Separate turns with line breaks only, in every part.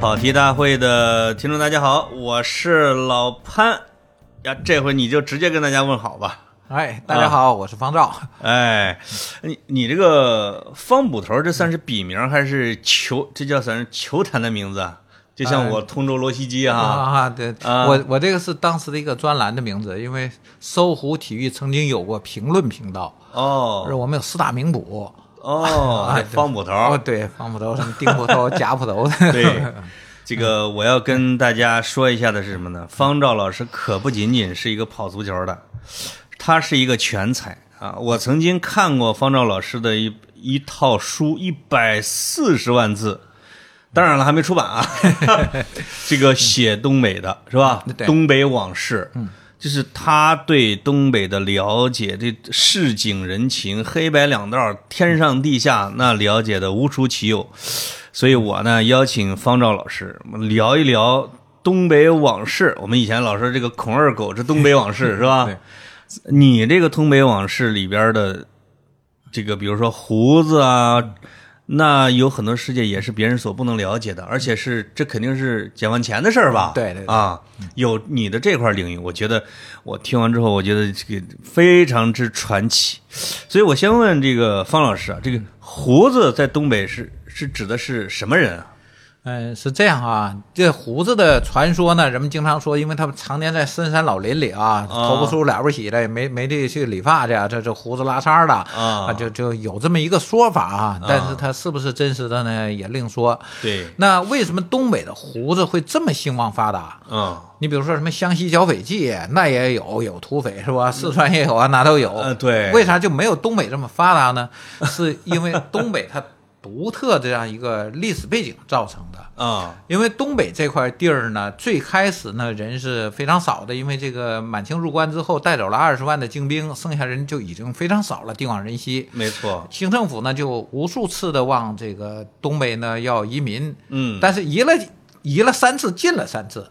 跑题大会的听众，大家好，我是老潘呀。这回你就直接跟大家问好吧。
哎，大家
啊
好，我是方照。
哎，你你这个方捕头，这算是笔名还是球？这叫算是球坛的名字啊？就像我通州罗西基啊，
啊，对，
啊
我我这个是当时的一个专栏的名字，因为搜狐体育曾经有过评论频道，而
哦
我们有四大名捕。
哦，
哎
这方捕
哦，
头，
对，方捕头、什么丁 捕头、贾捕头，
对。 这个我要跟大家说一下的是什么呢？方照老师可不仅仅是一个跑足球的，他是一个全才啊！我曾经看过方照老师的一一套书，一百四十万字，当然了，还没出版 啊。这个写东北的是吧？
对
东北往事，嗯，就是他对东北的了解，对市井人情、黑白两道、天上地下，那了解的无出其右。所以我呢，邀请方照老师我们聊一聊东北往事。我们以前老说这个孔二狗是东北往事，是吧
对？
你这个东北往事里边的这个，比如说胡子啊，那有很多世界也是别人所不能了解的，而且是这肯定是解放前的事儿吧？
对对对
啊，有你的这块领域，我觉得我听完之后，我觉得这个非常之传奇。所以我先问这个方老师啊，这个胡子在东北是是指的是什么人啊？
嗯，是这样啊。这胡子的传说呢，人们经常说，因为他们常年在深山老林里
啊
啊，头不梳了不起的，也没没地去理发去，啊，这这胡子拉碴的
啊
就就有这么一个说法啊。但是它是不是真实的呢，也另说。
对，
那为什么东北的胡子会这么兴旺发达？
嗯，
你比如说什么湘西剿匪记，那也有有土匪是吧？四川也有啊，哪都有。
嗯呃对
为啥就没有东北这么发达呢？是因为东北它独特这样一个历史背景造成的。
啊，
因为东北这块地儿呢，最开始呢人是非常少的，因为这个满清入关之后带走了二十万的精兵，剩下人就已经非常少了，地广人稀。
没错，
清政府呢就无数次的往这个东北呢要移民，
嗯，
但是移了移了三次，进了三次，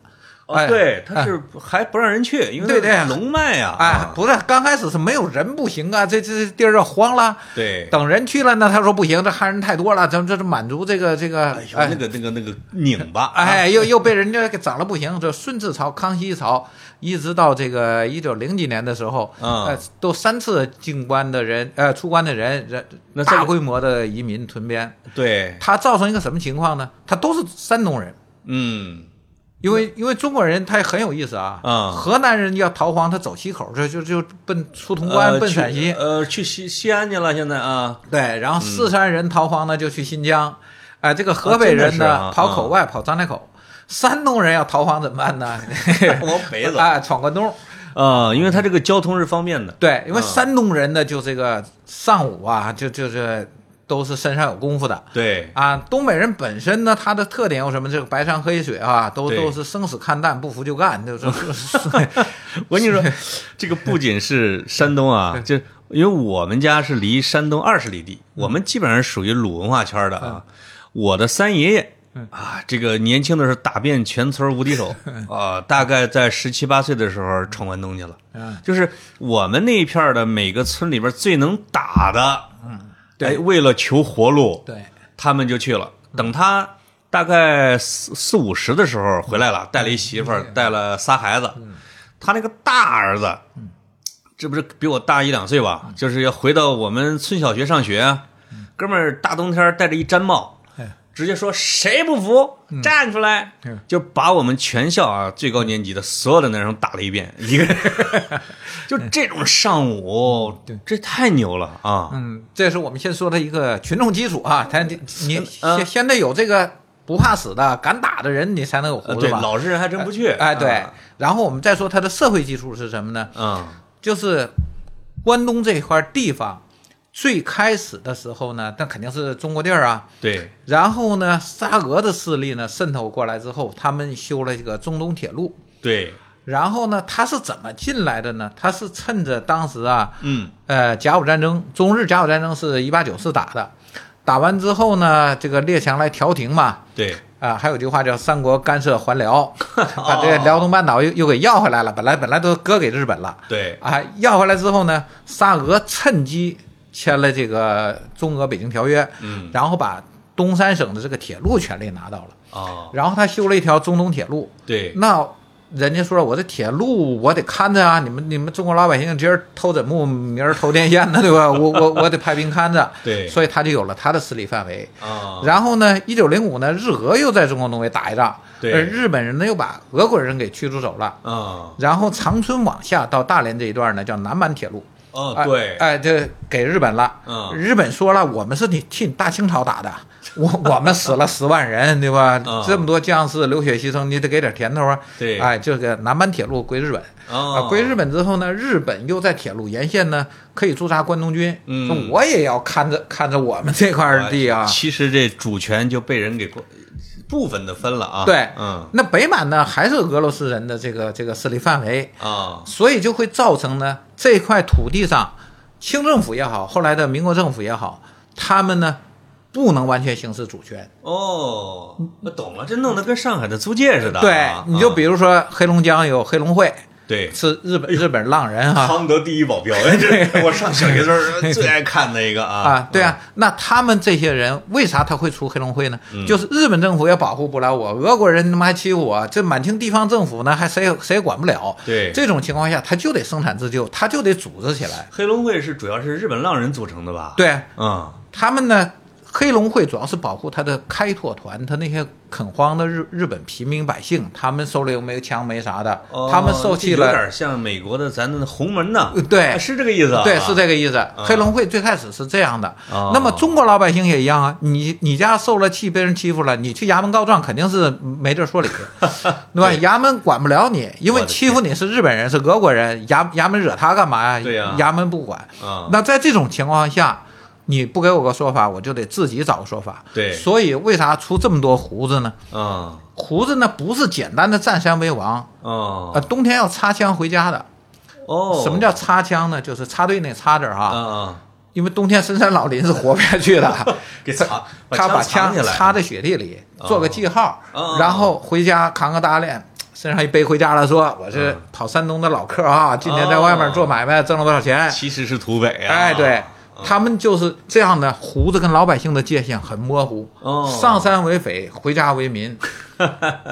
哦，
哎
对，他是还不让人去，因为
对对
它是龙脉呀，
哎，
啊，
不是刚开始是没有人不行啊，这这这地儿要荒了。
对，
等人去了呢，他说不行，这汉人太多了，咱们这是满足这个这个，
哎呦，
哎
那个那个那个拧巴，啊，
哎，又又被人家给整了不行。这顺治朝、康熙朝，一直到这个一九零几年的时候，
嗯
呃，都三次进关的人，呃，出关的人，人
那这个
大规模的移民屯边，
对，
它造成一个什么情况呢？它都是山东人，
嗯，
因为因为中国人他也很有意思啊，
嗯
河南人要逃荒，他走西口，就就就奔出潼关、
呃
奔
去
陕西，
呃，去西西安去了，现在啊，
对，然后四川人逃荒呢就去新疆，哎、这个河北人
真的
呢、
是嗯啊
跑口外、跑张家口，山东人要逃荒怎么办呢？
往 北 走
啊、闯关东。
啊，哎因为他这个交通是方便的，
对，因为
嗯
山东人呢，就这个上午啊，就就是都是身上有功夫的。
对，
啊，东北人本身呢，他的特点有什么？这个白山黑水啊，都
对
都是生死看淡，不服就干，就是
我跟你说，这个不仅是山东 啊，就因为我们家是离山东二十里地，我们基本上属于鲁文化圈的
嗯
啊。我的三爷爷啊，这个年轻的时候打遍全村无敌 手
嗯
啊，大概在十七八岁的时候闯关东去了。
嗯
就是我们那一片儿的每个村里边最能打的，
嗯对
哎为了求活路，
对
他们就去了。等他大概四四五十的时候回来
嗯
了，带了一媳妇儿，带了仨孩子。他那个大儿子，这不是比我大一两岁
嗯
吧？就是要回到我们村小学上学。啊哥们儿大冬天戴着一毡帽
哎，
直接说谁不服站出来
嗯，
就把我们全校啊最高年级的所有的男生打了一 遍，一个人。就这种上午
嗯对，
这太牛了啊！
嗯，这是我们先说的一个群众基础啊，他你你
嗯
先先得有这个不怕死的、敢打的人，你才能有
呃
胡
对，
子吧？
老实人还真不去。
哎，对
啊，。
然后我们再说他的社会基础是什么呢？
嗯。
就是关东这块地方，最开始的时候呢，那肯定是中国地儿啊。
对，
然后呢，沙俄的势力呢渗透过来之后，他们修了这个中东铁路。
对，
然后呢，他是怎么进来的呢？他是趁着当时啊，
嗯，
呃，甲午战争，中日甲午战争是一八九四打的，打完之后呢，这个列强来调停嘛，
对，
啊，还有句话叫“三国干涉还 辽”，把这辽东半岛又又给要回来了。本来本来都割给日本了，
对，
啊，要回来之后呢，沙俄趁机签了这个《中俄北京条约》，
嗯，
然后把东三省的这个铁路权利拿到了，
哦，
然后他修了一条中东铁路，
对，
那人家说我这铁路我得看着啊，你们你们中国老百姓今儿偷枕木，明儿偷电线呢，对吧？ 我我我得派兵看着，
对
所以他就有了他的势力范围。
啊，
然后呢，一九零五呢，日俄又在中国东北打一仗，
对
而日本人呢又把俄国人给驱逐走了。
啊，
然后长春往下到大连这一段呢，叫南满铁路。
哦，
哎
对，
哎，这给日本了。
嗯
日本说了，我们是你替你大清朝打的，我我们死了十万人，对吧
嗯？
这么多将士流血牺牲，你得给点甜头啊。
对
哎，这个南满铁路归日本。啊，
啊，
归日本之后呢，日本又在铁路沿线呢可以驻扎关东军，
嗯
说我也要看着看着我们这块儿地啊。
其实这主权就被人给过部分的分了啊。
对，
嗯，
那北满呢还是俄罗斯人的这个这个势力范围，
啊，
所以就会造成呢这块土地上，清政府也好，后来的民国政府也好，他们呢不能完全行使主权。
哦，我懂了，这弄得跟上海的租界似的啊。
对，你就比
如
如说黑龙江有黑龙会，
对
是日本日本浪人啊。
康德第一保 镖，哎，这我上小学时候最爱看的一个啊。
啊，对啊，那他们这些人为啥他会出黑龙会呢？
嗯
就是日本政府也保护不了我，俄国人他妈还欺负我，这满清地方政府呢还谁也谁也管不了。
对
这种情况下，他就得生产自救，他就得组织起来。
嗯黑龙会是主要是日本浪人组成的吧？，
对，啊
嗯，
他们呢，黑龙会主要是保护他的开拓团，他那些垦荒的日日本平民百姓，他们手里又没有枪没啥的，
哦
他们受气
这有
了。
点像美国的咱的红门呐
呃。对
是这个意思啊。
对，是这个意思。
嗯
黑龙会最开始是这样的，
哦
那么中国老百姓也一样啊。你你家受了气，被人欺负了，你去衙门告状，肯定是没地儿 说理，对吧？衙门管不了你，因
我
为
的
欺负你是日本人，是俄国人，衙衙门惹他干嘛呀？
对呀
衙门不管。
啊。
那在这种情况下，你不给我个说法，我就得自己找个说法。
对
所以为啥出这么多胡子呢？
嗯
胡子呢不是简单的占山为王，
哦
呃，冬天要插枪回家的。
哦，
什么叫插枪呢？就是插队那插字儿
啊
哈，
啊？
因为冬天深山老林是活不下去 的。
给藏，
他把枪
藏起来，
插在雪地里，
哦
做个记号
哦，
然后回家扛个大链，身上一背回家了，说我是
嗯哦
跑山东的老客啊，今年在外面做买卖挣了多少钱？
其实是土匪啊。
哎，对，他们就是这样的，胡子跟老百姓的界限很模糊。
哦
上山为匪，回家 为民，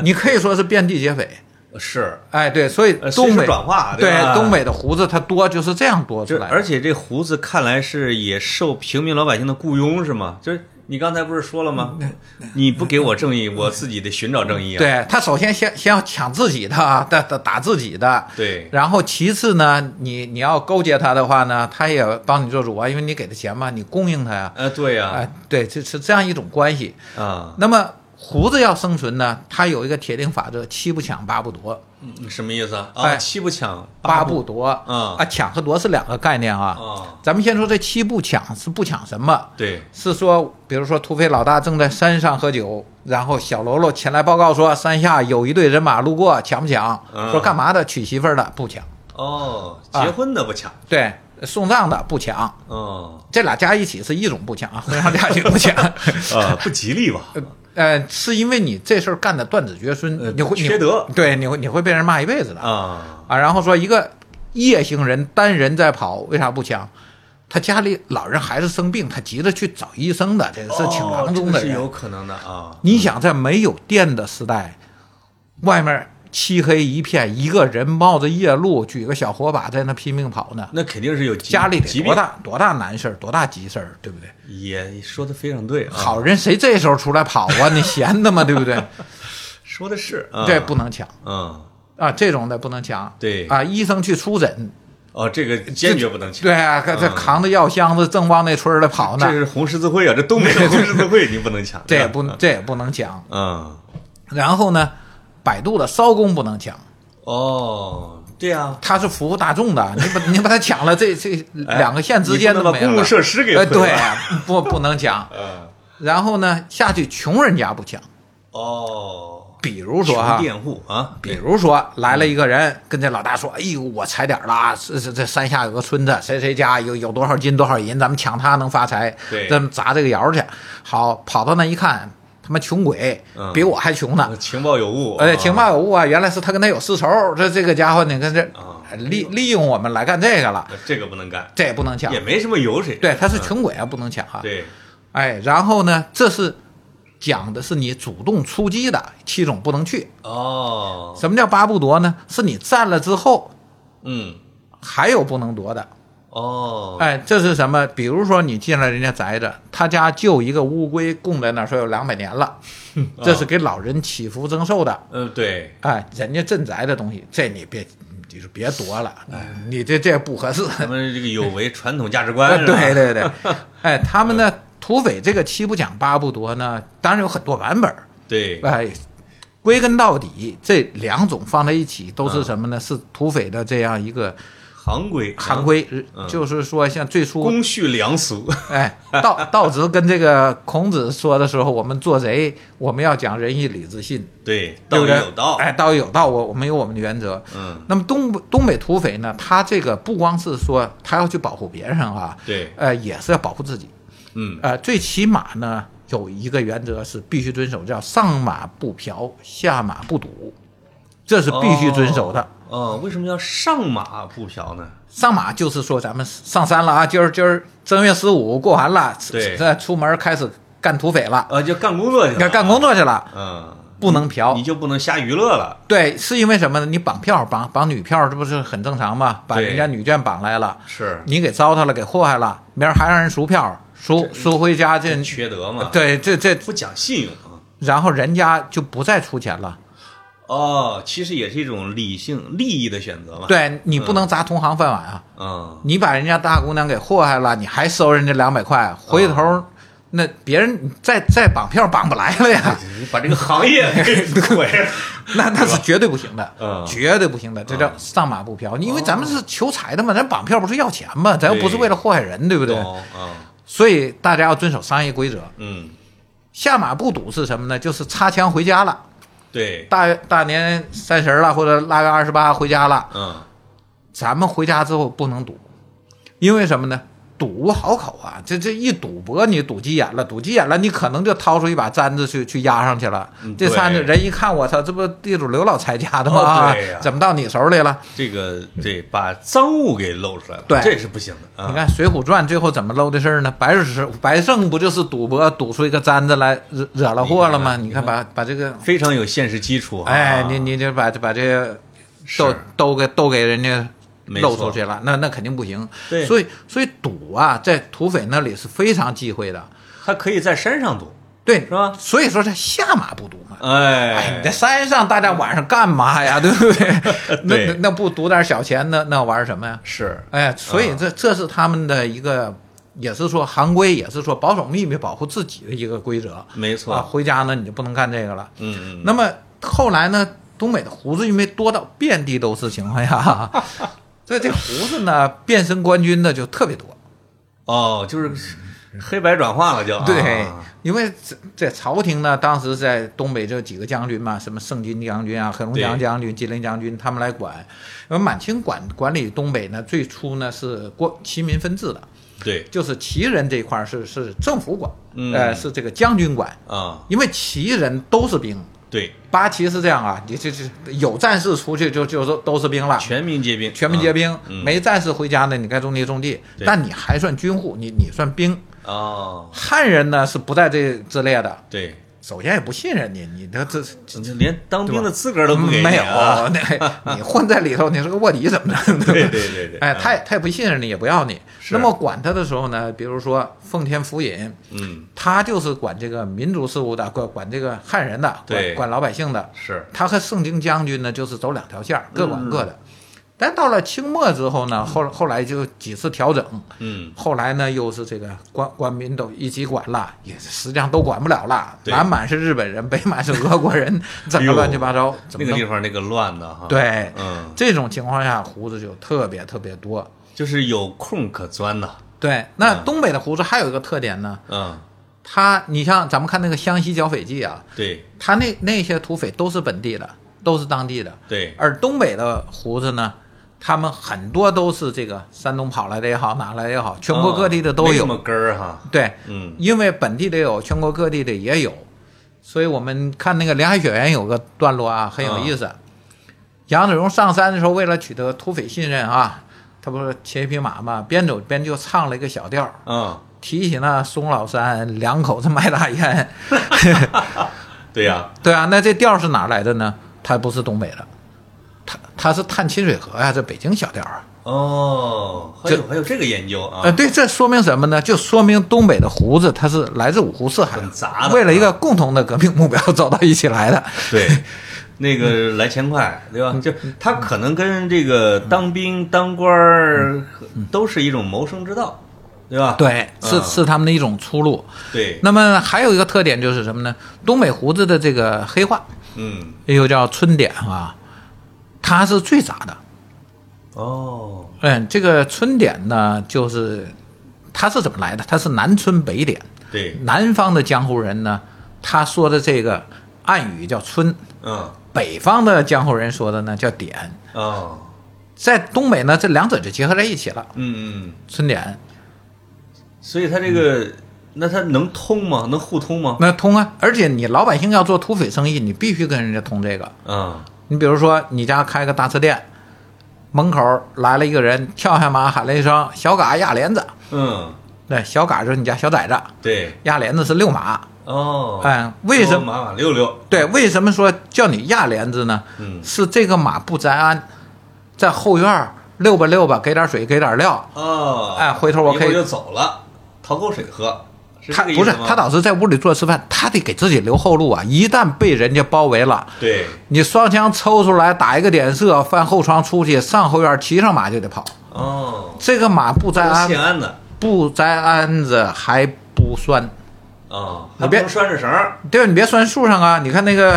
你可以说是遍地皆匪。
是
哎，对，所以
呃随
东
时
北
转化对
对
吧
东北的胡子它多，就是这样多出
就
来的。
而且这胡子看来是也受平民老百姓的雇佣是吗？就是你刚才不是说了吗？
嗯
你不给我正义，我自己得寻找正义啊。
对他首先先先要抢自己的， 打打打自己的，
对
然后其次呢，你你要勾结他的话呢，他也帮你做主啊，因为你给他钱嘛，你供应他呀。
呃，对
哎、
呀，
对，这是这样一种关系。
啊，
那么胡子要生存呢，他有一个铁定法则：七不抢，八不夺。
嗯什么意思啊？啊，
哎
七不抢
八
不
不夺
嗯
啊，抢和夺是两个概念啊。
啊，
咱们先说这七不抢是不抢什么？
对，
是说，比如说土匪老大正在山上喝酒，然后小喽啰前来报告说，山下有一队人马路过，抢不抢
嗯？
说干嘛的？娶媳妇儿的不抢，
哦，
啊
结婚的不抢，
对，送葬的不抢，
哦
这俩加一起是一种不抢啊， 婚丧嫁娶不抢。
啊， 不吉利吧？
呃，是因为你这事儿干的断子绝
呃
孙，你会你
缺德
对，你会你会被人骂一辈子的
啊，
啊。然后说一个夜行人单人在跑，为啥不抢？他家里老人孩子生病，他急着去找医生的，这是挺
哦
郎
这
中
个
的
是
人。
有可能的啊。
你想，在没有电的时代，外面漆黑一片，一个人冒着夜露，举个小火把在那拼命跑呢，
那肯定是有疾
家里
疾
得
病啊
多，大多大难事儿，多大急事儿，对不对？
也说的非常对啊，
好人谁这时候出来跑啊？你闲的吗？对不对？
说的是，啊
这不能抢
嗯，
啊，这种的不能抢。
对
啊，医生去出诊，
哦，这个坚决不能抢。
对啊，这
嗯
扛着药箱子正往那村儿里跑
这
呢，
是红十字会啊，这东北的红十字会你不能抢，
这也
吧
不这也不能抢。
嗯，
然后呢，百度的骚工不能抢。
哦，对呀，
它是服务大众的，你 把你把它抢了，这这
哎
两个县之间
你
都
不能
没
把
有
公
了。
共设施给毁
呃，
了
对，不不能抢。
嗯，
然后呢，下去穷人家不抢，
哦，
比如说哈
穷，佃户啊，
比如说来
嗯
了一个人跟这老大说：“哎呦，我踩点儿了啊，这这这山下有个村子，谁谁家有有多少金多少银，咱们抢他能发财，
对
咱们砸这个窑去。”好，跑到那一看，他妈穷鬼
嗯，
比我还穷呢。
情报有误，
而且
啊
情报有误啊，原来是他跟他有私仇，这这个家伙你看这
啊
利利用我们来干这个了。
这个不能干，
这也不能抢
也。没什么油水，
对，他是
嗯
穷鬼啊，不能抢啊。
对，
哎，然后呢，这是讲的是你主动出击的，戚总不能去。
哦，
什么叫八不夺呢？是你占了之后
嗯，
还有不能夺的。
哦，
哎，这是什么？比如说你进了人家宅子，他家就一个乌龟供在那儿，说有两百年 了，
哦
这是给老人祈福增寿的。
嗯， 对，
哎，人家镇宅的东西，这你别，你就别夺了，
哎
你这这不合适。
咱们这个有违传统价值观，是吧
对，对对，哎，他们呢，土匪这个七不讲八不夺呢，当然有很多版本儿。
对，
哎，归根到底，这两种放在一起都
嗯
是什么呢？是土匪的这样一个
行规，
行规，
嗯
就是说，像最初
公序良俗，
哎，道道直跟这个孔子说的时候，我们做贼，我们要讲仁义礼智信，
对，
对
道
不
义
对？
有道，
哎，道义有道，我我们有我们的原则。
嗯，
那么东北东北土匪呢，他这个不光是说他要去保护别人啊，
对，
呃，也是要保护自己。
嗯，
呃，最起码呢，有一个原则是必须遵守，叫上马不嫖，下马不赌，这是必须遵守的。
哦。哦，为什么要上马不嫖呢？
上马就是说咱们上山了啊，今儿今儿正月十五过完了，
对
这出门开始干土匪了，
呃，就干工作去了，
干干工作去了，
嗯，
不能嫖
你。就不能瞎娱乐了，
对，是因为什么呢？你绑票绑绑女票，这不是很正常吗？把
对
人家女眷绑来了，
是
你给糟蹋了，给祸害了，明儿还让人赎票，赎
嗯
赎回家这，
缺德嘛，，
对，这这，
不讲信用啊。
然后人家就不再出钱了。
哦，其实也是一种理性利益的选择嘛。，
对你不能砸同行饭碗啊！
嗯，
你把人家大姑娘给祸害了，你还收人家两百块，回
嗯
头、那别人再再绑票绑不来了呀，
你把这个行业 给毁了。
那那是绝对不行的，
嗯哦
绝对不行的，这叫上马不嫖。因为咱们是求财的嘛，咱绑票不是要钱嘛，咱又不是为了祸害人， 对不对？
懂啊，
所以大家要遵守商业规则。
嗯，
下马不赌是什么呢？就是擦枪回家了，
对，
大大年三十了或者腊月二十八回家了，
嗯，
咱们回家之后不能赌，因为什么呢？赌无好口啊！这这一赌博，你赌急眼了，赌急眼了，你可能就掏出一把簪子去去压上去了
嗯。
这簪子
对
人一看，我操，这不地主刘老财家的吗？
哦对呀
怎么到你手里了？
这个对，把赃物给露出来了，
对
这是不行的啊。
你看《水浒传》最后怎么搂的事儿呢？白胜白胜不就是赌博赌出一个簪子来惹惹了祸了吗？你
你
看
看
把把这个，
非常有现实基础啊。
哎，你你就把把这都
是
都给都给人家
没
露
错
出去了，那那肯定不行。
对
所以所以赌啊，在土匪那里是非常忌讳的，
还可以在山上赌，
对，
是吧
所以说他下马不赌嘛。哎，
哎
你在，山上，大家晚上干嘛呀？对 不对？那
对
那那不赌点小钱，那那玩什么呀？
是，
哎，所以
嗯
这这是他们的一个，也是说行规，也是说保守秘密、保护自己的一个规则。
没
啊，
错，
回家呢你就不能干这个了。
嗯嗯，
那么后来呢，东北的胡子因为多到遍地都是情况下， 所以这胡子呢变身官军的就特别多。
哦，就是黑白转化了就，
对
啊，
因为这这朝廷呢，当时在东北这几个将军嘛，什么盛京将军啊、黑龙江
对
将军、吉林将军，他们来管。而满清管管理东北呢，最初呢是国旗民分治的，
对
就是旗人这一块儿是是政府管，
嗯
呃，是这个将军管，
啊，
因为旗人都是兵。
对，
八旗是这样啊，你这这有战士出去就就都都是兵了，
全民皆兵，
全民皆兵。
嗯
没战士回家呢，你该种地种地。
对
但你还算军户，你你算兵。
啊，哦，
汉人呢是不在这之列的，
对，
首先也不信任你，你这这
你这连当兵的资格都不给你
没有，
啊，
那你混在里头，你是个卧底怎么着？
对对对对，
哎，
嗯
他也他也不信任你，也不要你。
是
那么管他的时候呢，比如说奉天府尹，
嗯
他就是管这个民族事务的，管管这个汉人的，
对
管管老百姓的。
是，
他和盛京将军呢，就是走两条线儿，各管各的。
嗯
但到了清末之后呢，后后来就几次调整，
嗯
后来呢，又是这个官官民都一起管了，也是实际上都管不了了。
对
南满是日本人，北满是俄国人，怎么乱七八糟？怎
那个
么弄
地方那个乱的哈，，
对，
嗯，
这种情况下胡子就特别特别多。
就是有空可钻呐，
对，那
嗯
东北的胡子还有一个特点呢，
嗯，
他你像咱们看那个湘西剿匪记啊，
对
他那那些土匪都是本地的，都是当地的，
对，
而东北的胡子呢，他们很多都是这个山东跑来的也好，哪来的也好，全国各地的都
啊哦没
有。
什么根儿哈，
对，
嗯，
因为本地的有，全国各地的也有，所以我们看那个《梁海雪原》有个段落啊，很有意
嗯
思。杨子荣上山的时候，为了取得土匪信任啊，他不是骑一匹马嘛，边走边就唱了一个小调儿，
嗯，
提起那松老三两口子卖大烟，
对呀、
对啊，那这调是哪来的呢？它不是东北的，它它是探清水河呀、这北京小调啊。
哦，还有
这
还有这个研究啊，
呃，对，这说明什么呢？就说明东北的胡子它是来自五湖四海，
很杂的啊
为了一个共同的革命目标走到一起来的。
对，那个来钱快，对
嗯
吧？就他可能跟这个当兵、当官儿都是一种谋生之道，对吧？
对，是
嗯
是他们的一种出路。
对，
那么还有一个特点就是什么呢？东北胡子的这个黑化，
嗯，
又叫春点啊，它是最杂的。
哦，
嗯，这个春点呢，就是它是怎么来的？它是南春北点，
对，
南方的江湖人呢，他说的这个暗语叫春，
嗯，
北方的江湖人说的呢叫点。
哦，
在东北呢，这两者就结合在一起了，
嗯嗯，
春点
所以他这个，那他能通吗？能互通吗？
那通啊，而且你老百姓要做土匪生意，你必须跟人家通这个。
嗯，
你比如说，你家开个大吃店，门口来了一个人，跳下马喊了一声“小嘎压帘子
嗯，”，
那小嘎就是你家小崽子，
对，
压帘子是遛马。
哦，
哎，为什
多
么？
马马六六？
对，为什么说叫你压帘子呢？
嗯
是这个马不沾鞍，在后院儿溜吧溜吧，给点水，给点料。
哦，
哎回头我
一
可以
就走了，讨口水喝，是
他
这个意
不是
思吗
他，老是在屋里坐吃饭，他得给自己留后路啊！一旦被人家包围了，
对，
你双枪抽出来，打一个点射，翻后窗出去，上后院骑上马就得跑。
哦，
这个马不沾
都
鞍
现，安的。
不摘鞍子还不拴。
啊，
你别
还不能拴着绳儿
对，你别拴树上啊！你看那个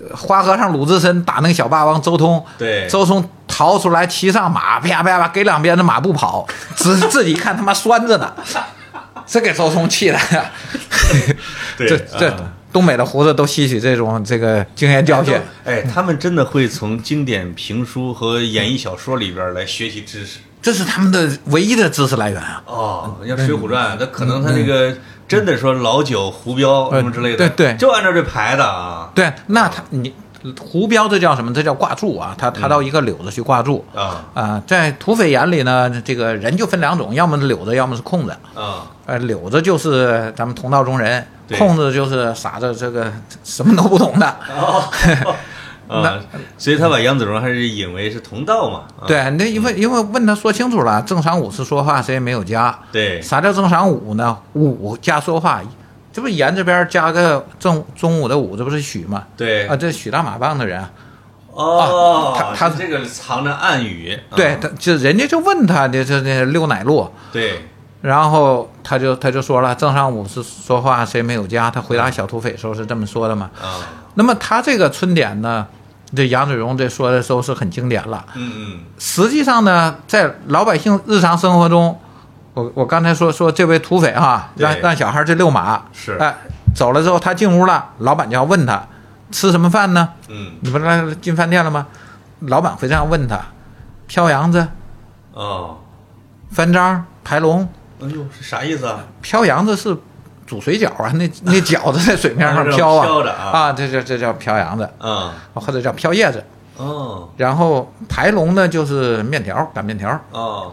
呃花和尚鲁智深打那个小霸王周通，
对
周通逃出来，骑上马，啪啪啪，给两鞭子马不跑，只自己 一看他妈拴着呢，这给周通气的。
对
这
啊
这、东北的胡子都吸取这种这个经验教训。
哎，他们真的会从经典评书和演义小说里边来学习知识
这是他们的唯一的知识来源啊！
哦。像《水浒
嗯
传》，那可能他那个真的说老九、胡彪什么之类的，
对嗯呃对
就按照这排的啊
对，那他你胡彪这叫什么？这叫挂柱啊！
嗯
他他到一个柳子去挂柱
啊
啊、在土匪眼里呢，这个人就分两种，要么是柳子，要么是空子。
啊，
呃，柳子就是咱们同道中人，
对
空子就是傻子，这个什么都不懂的。
哦啊，所以他把杨子荣还是引为是同道嘛，啊
对，那因为因为问他说清楚了，正晌午是说话，谁也没有加。
对
啥叫正晌午呢？午加说话，这不言这边加个正中午的午，这不是许吗？
对
啊，这许大马棒的人啊，
哦，
啊他他
是这个藏着暗语，啊
对，他就人家就问他，这这这溜奶路，
对
然后他就他就说了，正晌午是说话，谁没有加？他回答小土匪的时候是这么说的嘛。
啊，
那么他这个春点呢，这杨子荣这说的时候是很经典了。
嗯
实际上呢，在老百姓日常生活中，我我刚才说说这位土匪啊，
对
让让小孩去遛马，
是
哎，走了之后他进屋了，老板就要问他吃什么饭呢？
嗯嗯
你不是来进饭店了吗？老板会这样问他：飘扬子、
哦，
翻章、排龙。
哎呦，是啥意思啊？
飘扬子是煮水饺啊，那那饺子在水面
啊
上
这种
飘啊，
飘着啊
啊，这这这叫飘扬子，
啊
或者叫飘叶子。
哦
然后排龙呢就是面条，擀面条，
哦，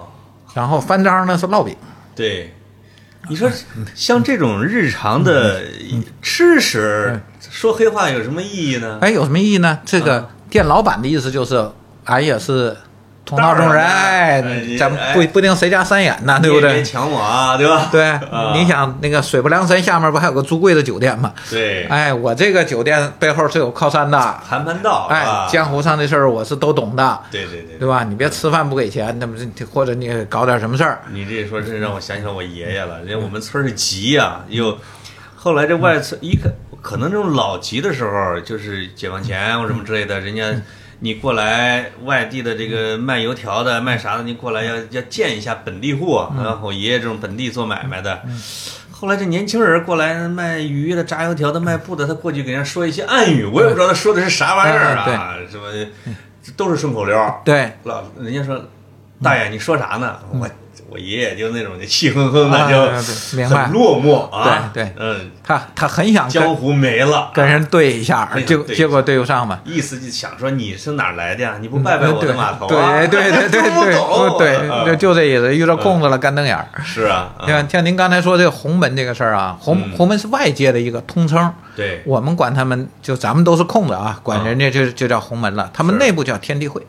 然后翻章呢是烙饼。
对，你说像这种日常的
嗯
吃食，说黑话有什么意义呢？
哎，有什么意义呢？这个
啊
店老板的意思就是，俺也是同道中
当
人，
然哎
哎
你，
咱们不
哎
不定谁家三眼呢，
你
哎对
也
不
别
对？
抢我啊，对吧？
对
啊，
你想那个水泊梁山下面不还有个朱贵的酒店吗？
对，
哎，我这个酒店背后是有靠山的，
盘盘道
哎
啊，，
江湖上的事儿我是都懂的。
对对对
对，吧？你别吃饭不给钱，那么这或者你搞点什么事儿，
你这说真让我想起来我爷爷了，人家我们村儿是集呀，又后来这外村一看，可能这种老集的时候，就是解放前或什么之类的，人家。你过来，外地的这个卖油条的、卖啥的，你过来要要见一下本地户啊。然后我爷爷这种本地做买卖的，后来这年轻人过来卖鱼的、炸油条的、卖布的，他过去给人家说一些暗语，我也不知道他说的是啥玩意儿啊，什么这都是顺口溜儿。
对，嗯
老人家说，大爷你说啥呢？我我爷爷就那种就气哼哼的，
啊
就
对明白
很落寞啊。
对对
嗯，
他他很想
江
跟
湖没了，
跟人对一下
哎，呀
结
对
结果对不上嘛。
意思就想说你是哪儿来的呀？你不拜拜我的码头啊？
嗯对对对对 哦
听不懂
对对，就
啊
就这意思，遇到空子
嗯
了干瞪眼儿。
是啊，啊
像像您刚才说这个红门这个事儿啊，红
嗯
红门是外界的一个通称，
对，
我们管他们就咱们都是空子啊，管人家就就叫红门了，他
嗯
们
是
内部叫天地会，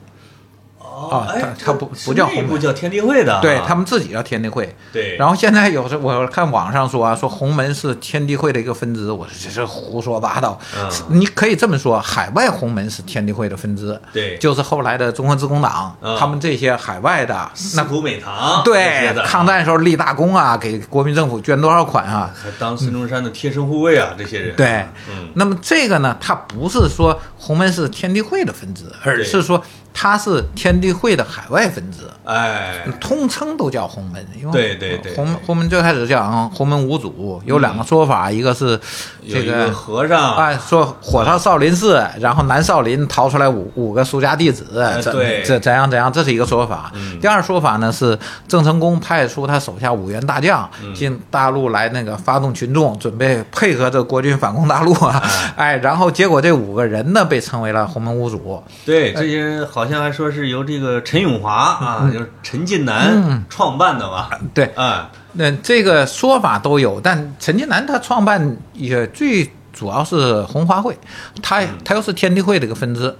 哦
啊
哎
他
这
他不
是
不叫
内
红
部
门
叫天地会的啊，
对他们自己叫天地会。
对，
然
后
后现在有时候我看网上说啊，说红门是天地会的一个分支，我说这是胡说八道。
嗯
你可以这么说，海外红门是天地会的分支，
对
就是后来的中国自公党，
嗯
他们这些海外的
那
那
古美堂啊这些
对
的
抗战时候立大功啊，给国民政府捐多少款啊？
还当孙中山的贴身护卫啊，这些人
对，
嗯
那么这个呢，它不是说红门是天地会的分支，而是说它是天地会的海外分支，
哎
通称都叫红门。因为
对对对嗯
红红门最开始叫啊红门五祖，有两个说法，一个是
有
这
一个和尚
啊，说火烧少林寺，然后南少林逃出来五五个苏家弟子，怎
对
怎怎样怎样，这是一个说法。
嗯
第二说法呢是郑成功派出他手下五员大将、进大陆来那个发动群众，准备配合着国军反攻大陆啊，哎，然后结果这五个人呢被称为了洪门五祖，
对，
哎
这些人好像还说是由这个陈永华啊，
嗯
就是陈近南创办的吧？
对，
哎，
那这个说法都有，但陈近南他创办也最主要是红花会，他他又是天地会的一个分支。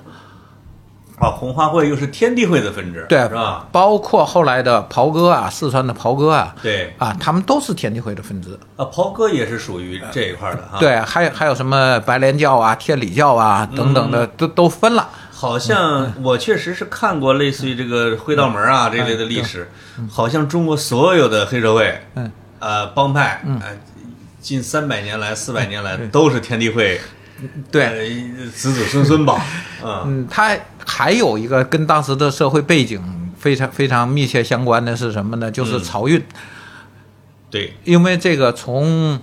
啊，红花会又是天地会的分支，
对，
是吧？？
包括后来的袍哥啊，四川的袍哥啊，
对
啊，他们都是天地会的分支。
啊，袍哥也是属于这一块儿的哈。，
对，还有还有什么白莲教啊、天理教啊
嗯
等等的，都都分了。
好
嗯
像我确实是看过类似于这个会道门啊这类的历史，好像中国所有的黑社会，
嗯，
呃，帮派，呃近三百年来、四百年来都是天地会，
嗯对，
呃，子子孙孙吧， 嗯，
嗯，他还有一个跟当时的社会背景非常非常密切相关的是什么呢？就是
嗯
漕运，
对，
因为这个从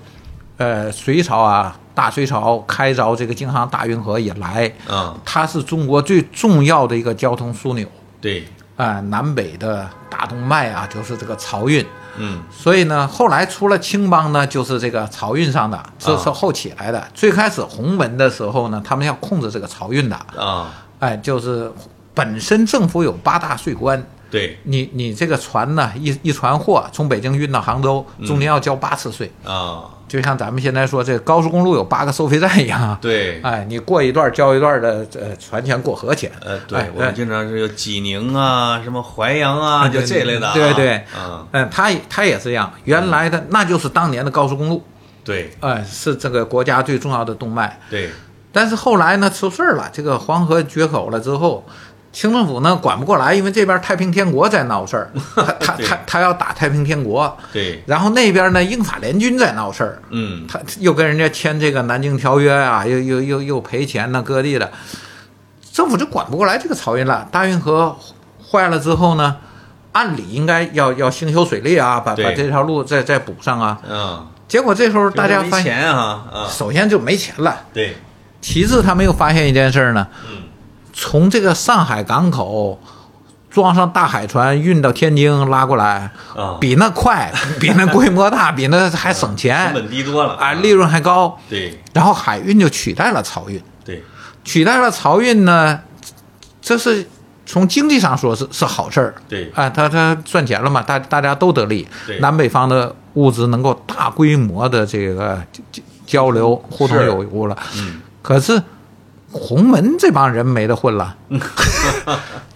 呃隋朝啊。大隋朝开凿这个京杭大运河以来，
嗯，
它是中国最重要的一个交通枢纽。
对，
啊、南北的大动脉啊，就是这个漕运。
嗯，
所以呢，后来出了青帮呢，就是这个漕运上的，这是后起来的。最开始洪门的时候呢，他们要控制这个漕运的，
啊，
哎、就是本身政府有八大税关，
对，
你你这个船呢，一一船货啊从北京运到杭州，中间要交八次税，
啊，
就像咱们现在说这高速公路有八个收费站一样啊。
对，
哎，你过一段交一段的呃船钱过河钱，
呃，对
哎，
我们
哎
经常是有济宁啊，什么淮阳啊，就这类的啊，
对对，
嗯，
嗯，它也它也是这样，原来的那就是当年的高速公路，
对
呃，是这个国家最重要的动脉。
对，
但是后来呢，出事儿了，这个黄河决口了之后，清政府呢管不过来，因为这边太平天国在闹事儿，他他
对
他他要打太平天国，
对，
然后那边呢英法联军在闹事儿，
嗯，
他又跟人家签这个南京条约啊，又又又又赔钱呐、各地的，政府就管不过来这个漕运了。大运河坏了之后呢，按理应该要要兴修水利啊，把
对
把这条路再再补上啊。
嗯，
结果这时候大家
没
发现，
钱啊，啊，
首先就没钱了，
对，
其次他们又发现一件事儿呢，
嗯，
从这个上海港口。装上大海船运到天津拉过来，
啊
比那快，比那规模大，比那还省
成，
钱
本低多了
啊，利润还高。
对
然后海运就取代了漕运，
对，
取代了漕运呢，这是从经济上说是是好事儿，
对
啊，他他赚钱了嘛，大大家都得利
对，
南北方的物资能够大规模的这个交交交流互通
是
有无了，
嗯，
可是洪门这帮人没得 混了，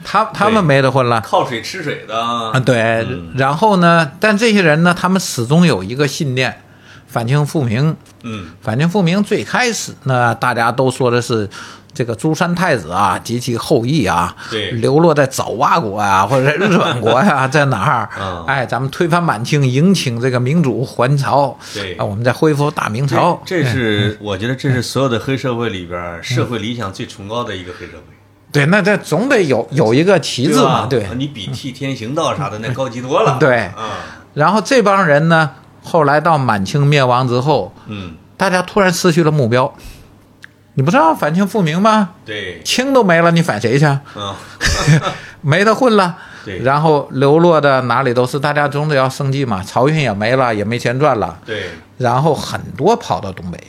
他他们没得混了。
靠水吃水的
啊，
啊，
对，然后呢？但这些人呢，他们始终有一个信念：反清复明。
嗯，
反清复明最开始呢，大家都说的是这个朱三太子啊及其后裔啊，
对
流落在爪哇国啊，或者在日本国 呀、在哪儿？
嗯
哎，咱们推翻满清，迎请这个民主还朝，
对
啊，我们再哎恢复大明
这
朝。
这是我觉得这是所有的黑社会里边儿社
嗯
会理想最崇高的一个黑社会。
对，那这总得有有一个旗帜嘛，
吧？啊
对。
你比替天行道啥的那高级多了。
对
嗯
然后这帮人呢，后来到满清灭亡之后，
嗯，
大家突然失去了目标。你不知道反清复明吗？
对，
清都没了，你反谁去啊？
嗯，
没得混了。
对
然后流落的哪里都是，大家总得要生计嘛。漕运也没了，也没钱赚了，
对，
然后很多跑到东北。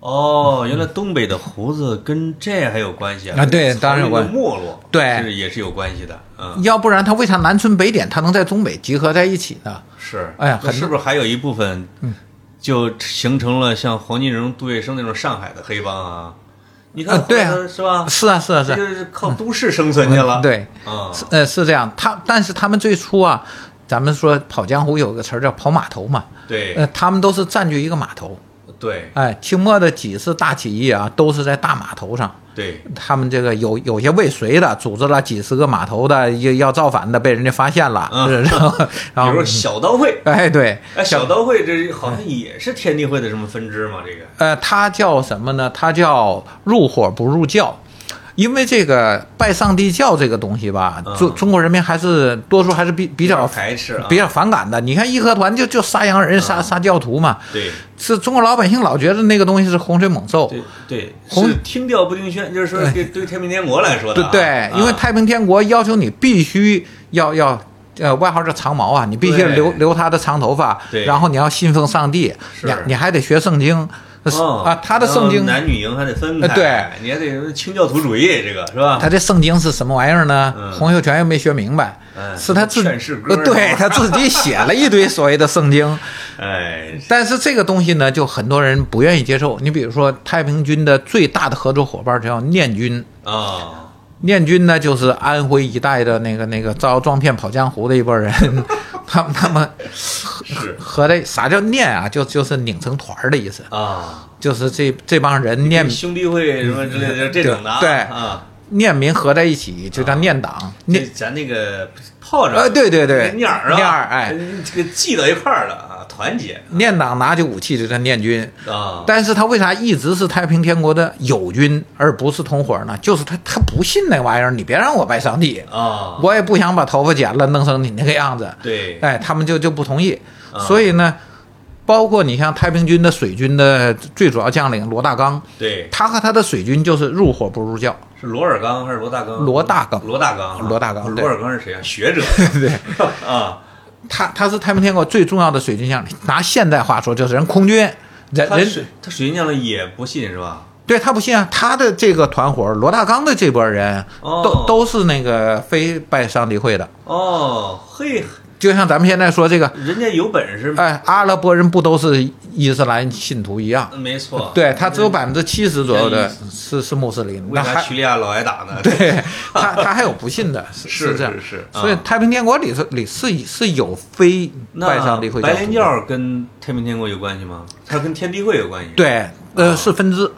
哦，原来东北的胡子跟这还有关系
啊对当然有
有
关
没落，
对
是也是有关系的，嗯，
要不然他为啥南村北点他能在东北集合在一起呢？
是，
哎呀
那
很嗯
是不是还有一部分，就形成了像黄金荣、杜月笙那种上海的黑帮啊？你看
啊
后
对
来
啊
的，是吧？
是啊，是啊，是
这
啊，
就是靠都市生存去了，
对，
啊，
是呃是这样。他但是他们最初啊，咱们说跑江湖有个词儿叫跑码头嘛，呃
对，
他们都是占据一个码头。
对，
哎，清末的几次大起义啊，都是在大码头上。
对，
他们这个有有些未遂的，组织了几十个码头的，要要造反的，被人家发现了，
嗯
是然后
比
然
如
后
说
嗯
小刀会，
哎对，
哎，小刀会这好像也是天地会的什么分支嘛？这个
呃，它叫什么呢？它叫入伙不入教，因为这个拜上帝教这个东西吧
嗯，
中、中国人民还是多数还是比比较
排斥啊，
比较反感的。你看义和团就就杀洋人、
嗯
杀杀教徒嘛，
对。
是中国老百姓老觉得那个东西是洪水猛兽。
对对，
红哎
是听调不听宣，就是说对对太平天国来说的
对
啊，
对，因为
啊
太平天国要求你必须要要。呃，外号叫长毛啊，你必须
对
留留他的长头发
对，
然后你要信奉上帝，
是
你你还得学圣经，
哦
啊，他的圣经
然后男女营还得分开，
呃，
你还得清教徒主义这个是吧？
他这圣经是什么玩意儿呢？
嗯
洪秀全又没学明白，
嗯
是他自
劝世歌
呃
是吧
对他自己写了一堆所谓的圣 经，
哎，
但是这个东西呢，就很多人不愿意接受。你比如说太平军的最大的合作伙伴叫念军，
啊，
念军呢就是安徽一带的那个那个招撞骗跑江湖的一 拨人，他们他们
是
合的啥叫念啊？就就是拧成团儿的意思，
啊，
就是这这帮人念
兄弟会什么之类的这种的啊，
对
啊，
念民合在一起，就叫念党。
这
念
咱那个炮仗，
呃对对对
念儿啊，
念儿哎，
这个系到一块儿了啊，团结
念党拿起武器就叫念军，
啊，
但是他为啥一直是太平天国的友军，而不是同伙呢？就是他他不信那玩意儿，你别让我拜上帝，
啊，
我也不想把头发剪了弄成你那个样子。
对，
哎，他们就就不同意
啊。
所以呢，包括你像太平军的水军的最主要将领罗大刚，
对，
他和他的水军就是入伙不入教。
是罗尔刚还是罗大刚？
罗大刚
罗大刚啊，
罗大刚对
罗尔刚是谁啊？学者，
对，
啊，
他他是太平天国最重要的水军将领，拿现代话说就是人空军，人
他
哎人
水他水军将领也不信是吧？
对他不信啊，他的这个团伙罗大刚的这波人，
哦
都都是那个非拜上帝会的，
哦，嘿，
就像咱们现在说这个，
人家有本事，
哎，阿拉伯人不都是伊斯兰信徒一样？
没错，
对他只有百分之七十左右
那
的
意
是是穆斯林，
为
那
啥
还
叙利亚老挨打呢？
对他他还有不信的，是
是
这样
是是
所以
啊
太平天国里头里是是有非
那
拜上帝会
白
徒
莲
的，
教跟太平天国有关系吗？它跟天地会有关系？，
对，呃
啊
是分支，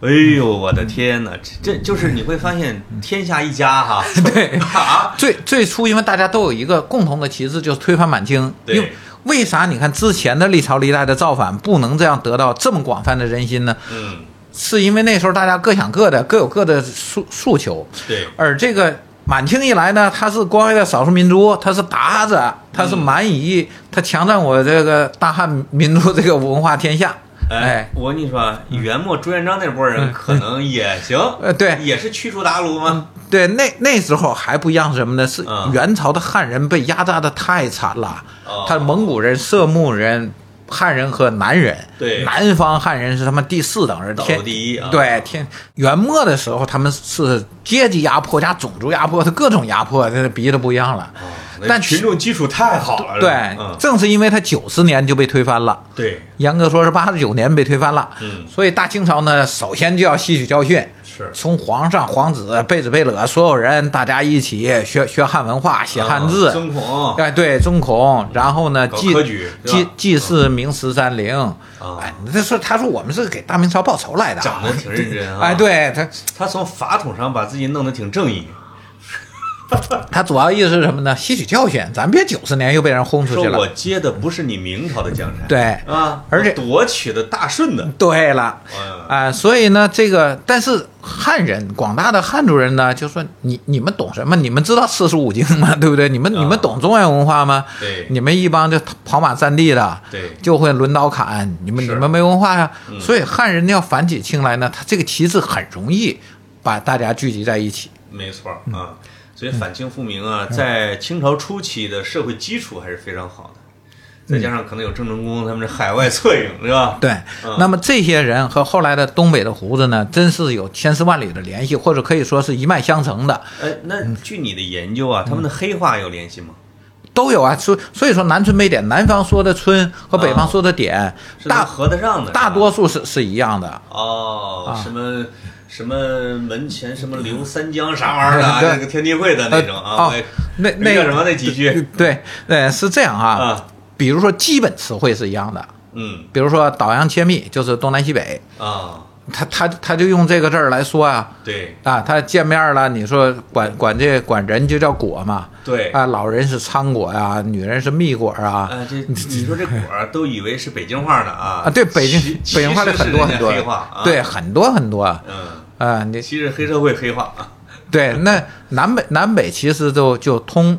哎呦，我的天哪，这这就是你会发现天下一家哈，
对
啊，
最最初，因为大家都有一个共同的旗帜，就是推翻满清。
对
因为为啥你看之前的历朝历代的造反不能这样得到这么广泛的人心呢？
嗯，
是因为那时候大家各想各的，各有各的诉诉求。
对，
而这个满清一来呢，他是光辉的少数民族，他是鞑子，他
嗯
是蛮夷，他强占我这个大汉民族这个文化天下。哎，
我跟你说啊，元末朱元璋那波人可能也行，
呃对
也是驱除鞑虏吗？
对，那那时候还不一样，是什么呢？是
嗯
元朝的汉人被压榨的太惨了，
哦
他蒙古人、色目人、汉人和南人，
对
南方汉人是他们第四等人，
倒
天
数第一啊
对，天元末的时候他们是阶级压迫加种族压迫，他各种压迫，这鼻子不一样了。
哦那
嗯但
群众基础太好了，
对，
嗯，
正是因为他九十年就被推翻了。
对，
严格说是八十九年被推翻了，
嗯
所以大清朝呢，首先就要吸取教训，
是
从皇上、皇子、贝子、贝勒所有人，大家一起学学汉文化，写汉字，
啊曾孔
哎，对，中孔，然后呢，
搞
祭
科举是吧嗯啊
祭祭祀明十三陵，哎，这是他说我们是给大明朝报仇来的，
讲的 挺认真啊，
哎，对他，
他从法统上把自己弄得挺正义，
他主要意思是什么呢？吸取教训，咱别九十年又被人轰出
说
去
我
了，
接的不是你明朝的江山，
对
啊，
而
我
且
夺取的大顺 的，
对了。
嗯，
啊、所以呢，这个但是汉人广大的汉族人呢，就说你你们懂什么？你们知道四书五经吗？ 对不对？你们
啊
你们懂中原文化吗？
对
你们一帮就跑马占地的，
对
就会抡刀砍，你们
是嗯
你们没文化呀、所以汉人要反起清来呢，他这个旗帜很容易把大家聚集在一起。
没错啊。所以反清复明
嗯
啊，在清朝初期的社会基础还是非常好的，再加上可能有郑成功他们这海外策应，是吧？
嗯对，那么这些人和后来的东北的胡子呢，真是有千丝万缕的联系，或者可以说是一脉相承的，
呃，那据你的研究
嗯
啊，他们的黑化有联系吗？
都有啊。所所以说南村北点，南方说的村和北方说的点，
啊是能
大
合得上的，啊
大
是吧
多数是是一样的。啊
哦，什么什么门前什么刘三江啥玩意儿的啊，
嗯对
那个天地会的那种
呃
啊，
哦
我也
那那
叫什么那几句
对，呃，是这样啊
啊。
比如说基本词汇是一样的，
嗯
比如说倒洋切密就是东南西北，
啊，
他他他就用这个字儿来说啊。
对
啊，他见面了，你说管管这管人就叫果嘛，
对
啊，老人是苍果呀、女人是蜜果啊，
啊，这你说这果儿都以为是北京话呢啊
啊，对，北京
其
北京话里
其实
很
是
多
人家
很多
黑话啊，
对，，很多很多啊，
嗯，
你
其实黑社会黑话啊，
对，那南北南北其实都就通，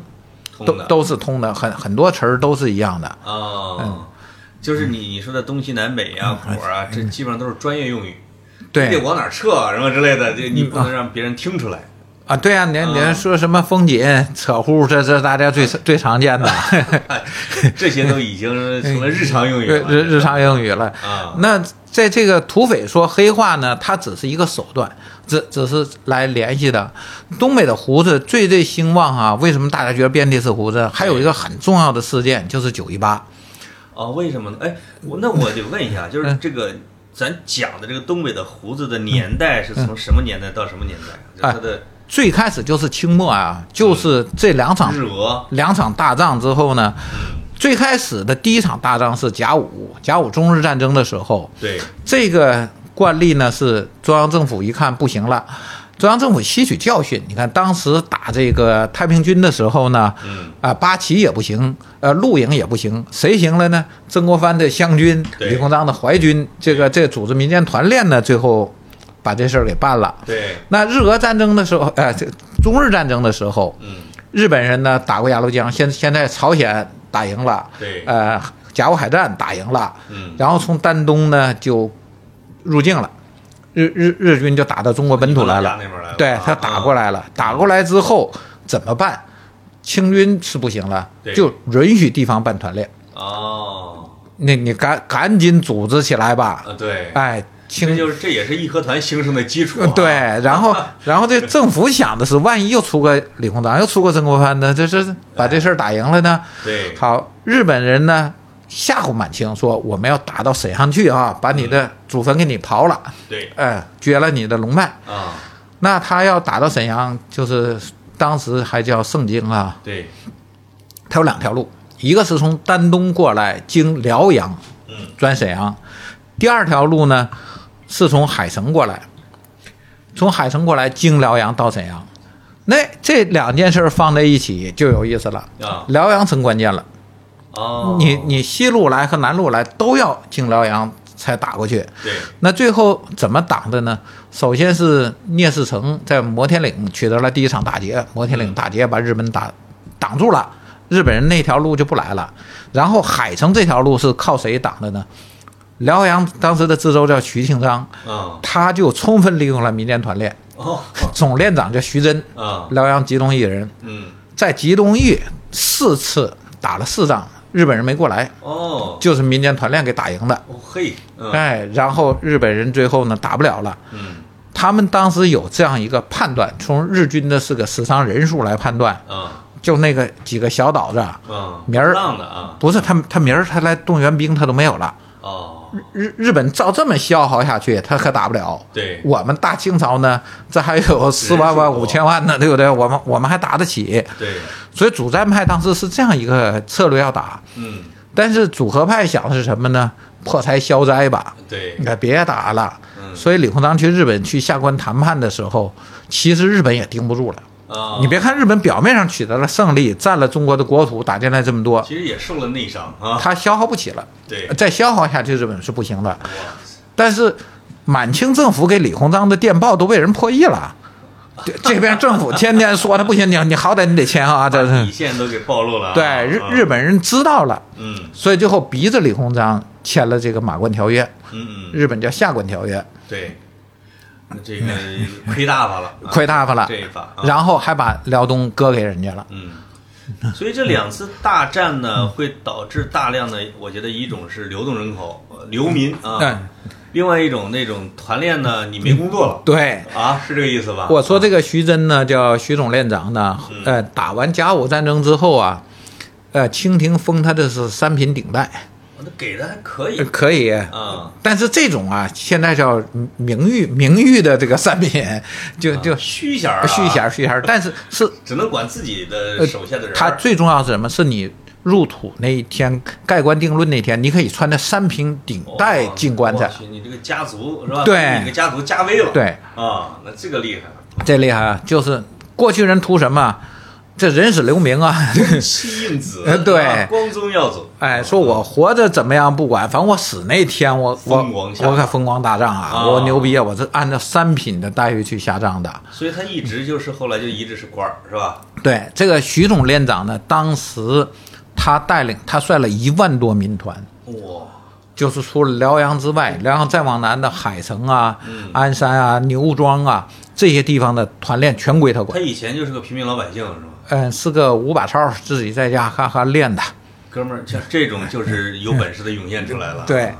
通
都
的
都是通的，很很多词儿都是一样的，
哦，就是你你说的东西南北啊果儿啊，这基本上都是专业用语，你得
嗯哎对嗯
往哪儿撤啊什么之类的，这你不能让别人听出 来。
啊，对啊，您您说什么风景扯呼，这这大家最最常见的，
这些都已经成了日常啊用语
日
了。
哎日日常英语了。
啊
那在这个土匪说黑话呢，它只是一个手段，只只是来联系的。东北的胡子最最兴旺啊，为什么大家觉得遍地是胡子？还有一个很重要的事件就是九一八，
哦，为什么呢？哎，我那我得问一 下，
嗯
就是这个咱讲的这个东北的胡子的年代是从什么年代到什么年代啊？
嗯哎
就它的
最开始就是清末啊，就是这两场
日俄嗯
两场大仗之后呢，最开始的第一场大仗是甲午，甲午中日战争的时候，
对，
这个惯例呢是中央政府一看不行了，中央政府吸取教训。你看当时打这个太平军的时候呢，
嗯，
啊、八旗也不行，呃，陆营也不行，谁行了呢？曾国藩的湘军，
对
李鸿章的淮军，这个这组织民间团练呢，最后把这事儿给办了。
对，
那日俄战争的时候，呃，这中日战争的时候，
嗯，
日本人呢打过鸭绿江，现现在朝鲜打赢了，
对
呃，甲午海战打赢了，
嗯
然后从丹东呢就入境了，日日日军就打到中国本土来
你们老
了
家那边来了，
对
啊
他打过来了，打过来之后怎么办？清军是不行了
对，
就允许地方办团练，
哦，
那你赶赶紧组织起来吧，
啊，对，
哎，
这
清
就是这也是义和团形成的基础、啊
嗯，。对，然后，然后这政府想的是，万一又出个李鸿章，又出个曾国藩呢，这这把这事儿打赢了呢？
对，
好，日本人呢吓唬满清说，我们要打到沈阳去啊，把你的祖坟给你刨了，
对，
哎，掘了你的龙脉。
啊，
那他要打到沈阳，就是当时还叫盛京啊，
对，
他有两条路，一个是从丹东过来，经辽阳
嗯，
转沈阳；第二条路呢，是从海城过来，从海城过来经辽阳到沈阳。那这两件事儿放在一起就有意思了。
啊，
辽阳成关键了，
哦，
你你西路来和南路来都要经辽阳才打过去。
对，
那最后怎么挡的呢？首先是聂士成在摩天岭取得了第一场大捷，摩天岭大捷把日本打挡住了，日本人那条路就不来了。然后海城这条路是靠谁挡的呢？辽阳当时的知州叫徐庆章，
啊，
他就充分利用了民间团练，
哦，
总练长叫徐真，
啊，
辽阳吉东一人，
嗯，
在吉东邑四次打了四仗，日本人没过来，
哦，
就是民间团练给打赢的。
哦嘿，嗯，
哎，然后日本人最后呢打不了了。
嗯，
他们当时有这样一个判断，从日军的是个死伤人数来判断，
啊，
就那个几个小岛子啊，
啊，
明儿
浪的啊，
不是他们，他明儿他来动员兵他都没有了。
哦，
日日本照这么消耗下去，他可打不了。
对，
我们大清朝呢，这还有四万万、五千万呢，对不对？我们我们还打得起，
对，
所以主战派当时是这样一个策略要打，
嗯，
但是组合派想的是什么呢？破财消灾吧，
对，
哎，别打了。
嗯，
所以李鸿章去日本去下关谈判的时候，其实日本也盯不住了。
啊，
你别看日本表面上取得了胜利，占了中国的国土，打进来这么多，
其实也受了内伤啊。
它消耗不起了。
对，
再消耗下去，日本是不行的。
哇
但是满清政府给李鸿章的电报都被人破译了，这这边政府天天说他不行，你你好歹你得签啊，这
底
是
线都给暴露了啊。
对日
啊
日，本人知道了，
嗯
所以最后逼着李鸿章签了这个马关条约，
嗯嗯，
日本叫下关条约。
对。这个亏大发了，啊
亏大发了，
这一把啊
然后还把辽东割给人家了。
嗯，所以这两次大战呢，
嗯
会导致大量的，我觉得一种是流动人口、呃流民啊
嗯，
另外一种那种团练呢，你没工作了
对，
啊，是这个意思吧？
我说这个徐真呢，叫徐总练长呢，呃，打完甲午战争之后啊，呃，清廷封他的是三品顶戴，
我那给的还可以
呃可以。
啊，
但是这种啊，现在叫名誉名誉的这个三品，就就
虚衔儿啊，
续弦续弦，但是是
只能管自己
呃
的手下的人儿。
它最重要是什么？是你入土那一天，盖棺定论那天，你可以穿着三品顶
哦
戴进棺材
我，去你这个家族是吧？
对
你这个家族加威了。
对
啊，那这个厉害 了。
这厉害啊！就是过去人图什么？这人死留名啊！
七印子
呃，对
是吧光宗耀祖。
哎，说我活着怎么样不管，反正我死那天我我
疯狂下
我可风光大仗啊！
啊
我牛逼啊！我是按照三品的待遇去下葬的。
所以他一直就是后来就一直是官儿，是吧？
对这个徐总连长呢，当时他带领他率了一万多民团，
哇，
就是除了辽阳之外，辽阳再往南的海城啊、
嗯
鞍山啊、牛庄啊这些地方的团练全归他
他
管。
以前就是个平民老百姓，是吧？
嗯，是个五把超，自己在家哈哈练的。
哥们儿，像这种就是有本事的涌现出来了。 啊
对，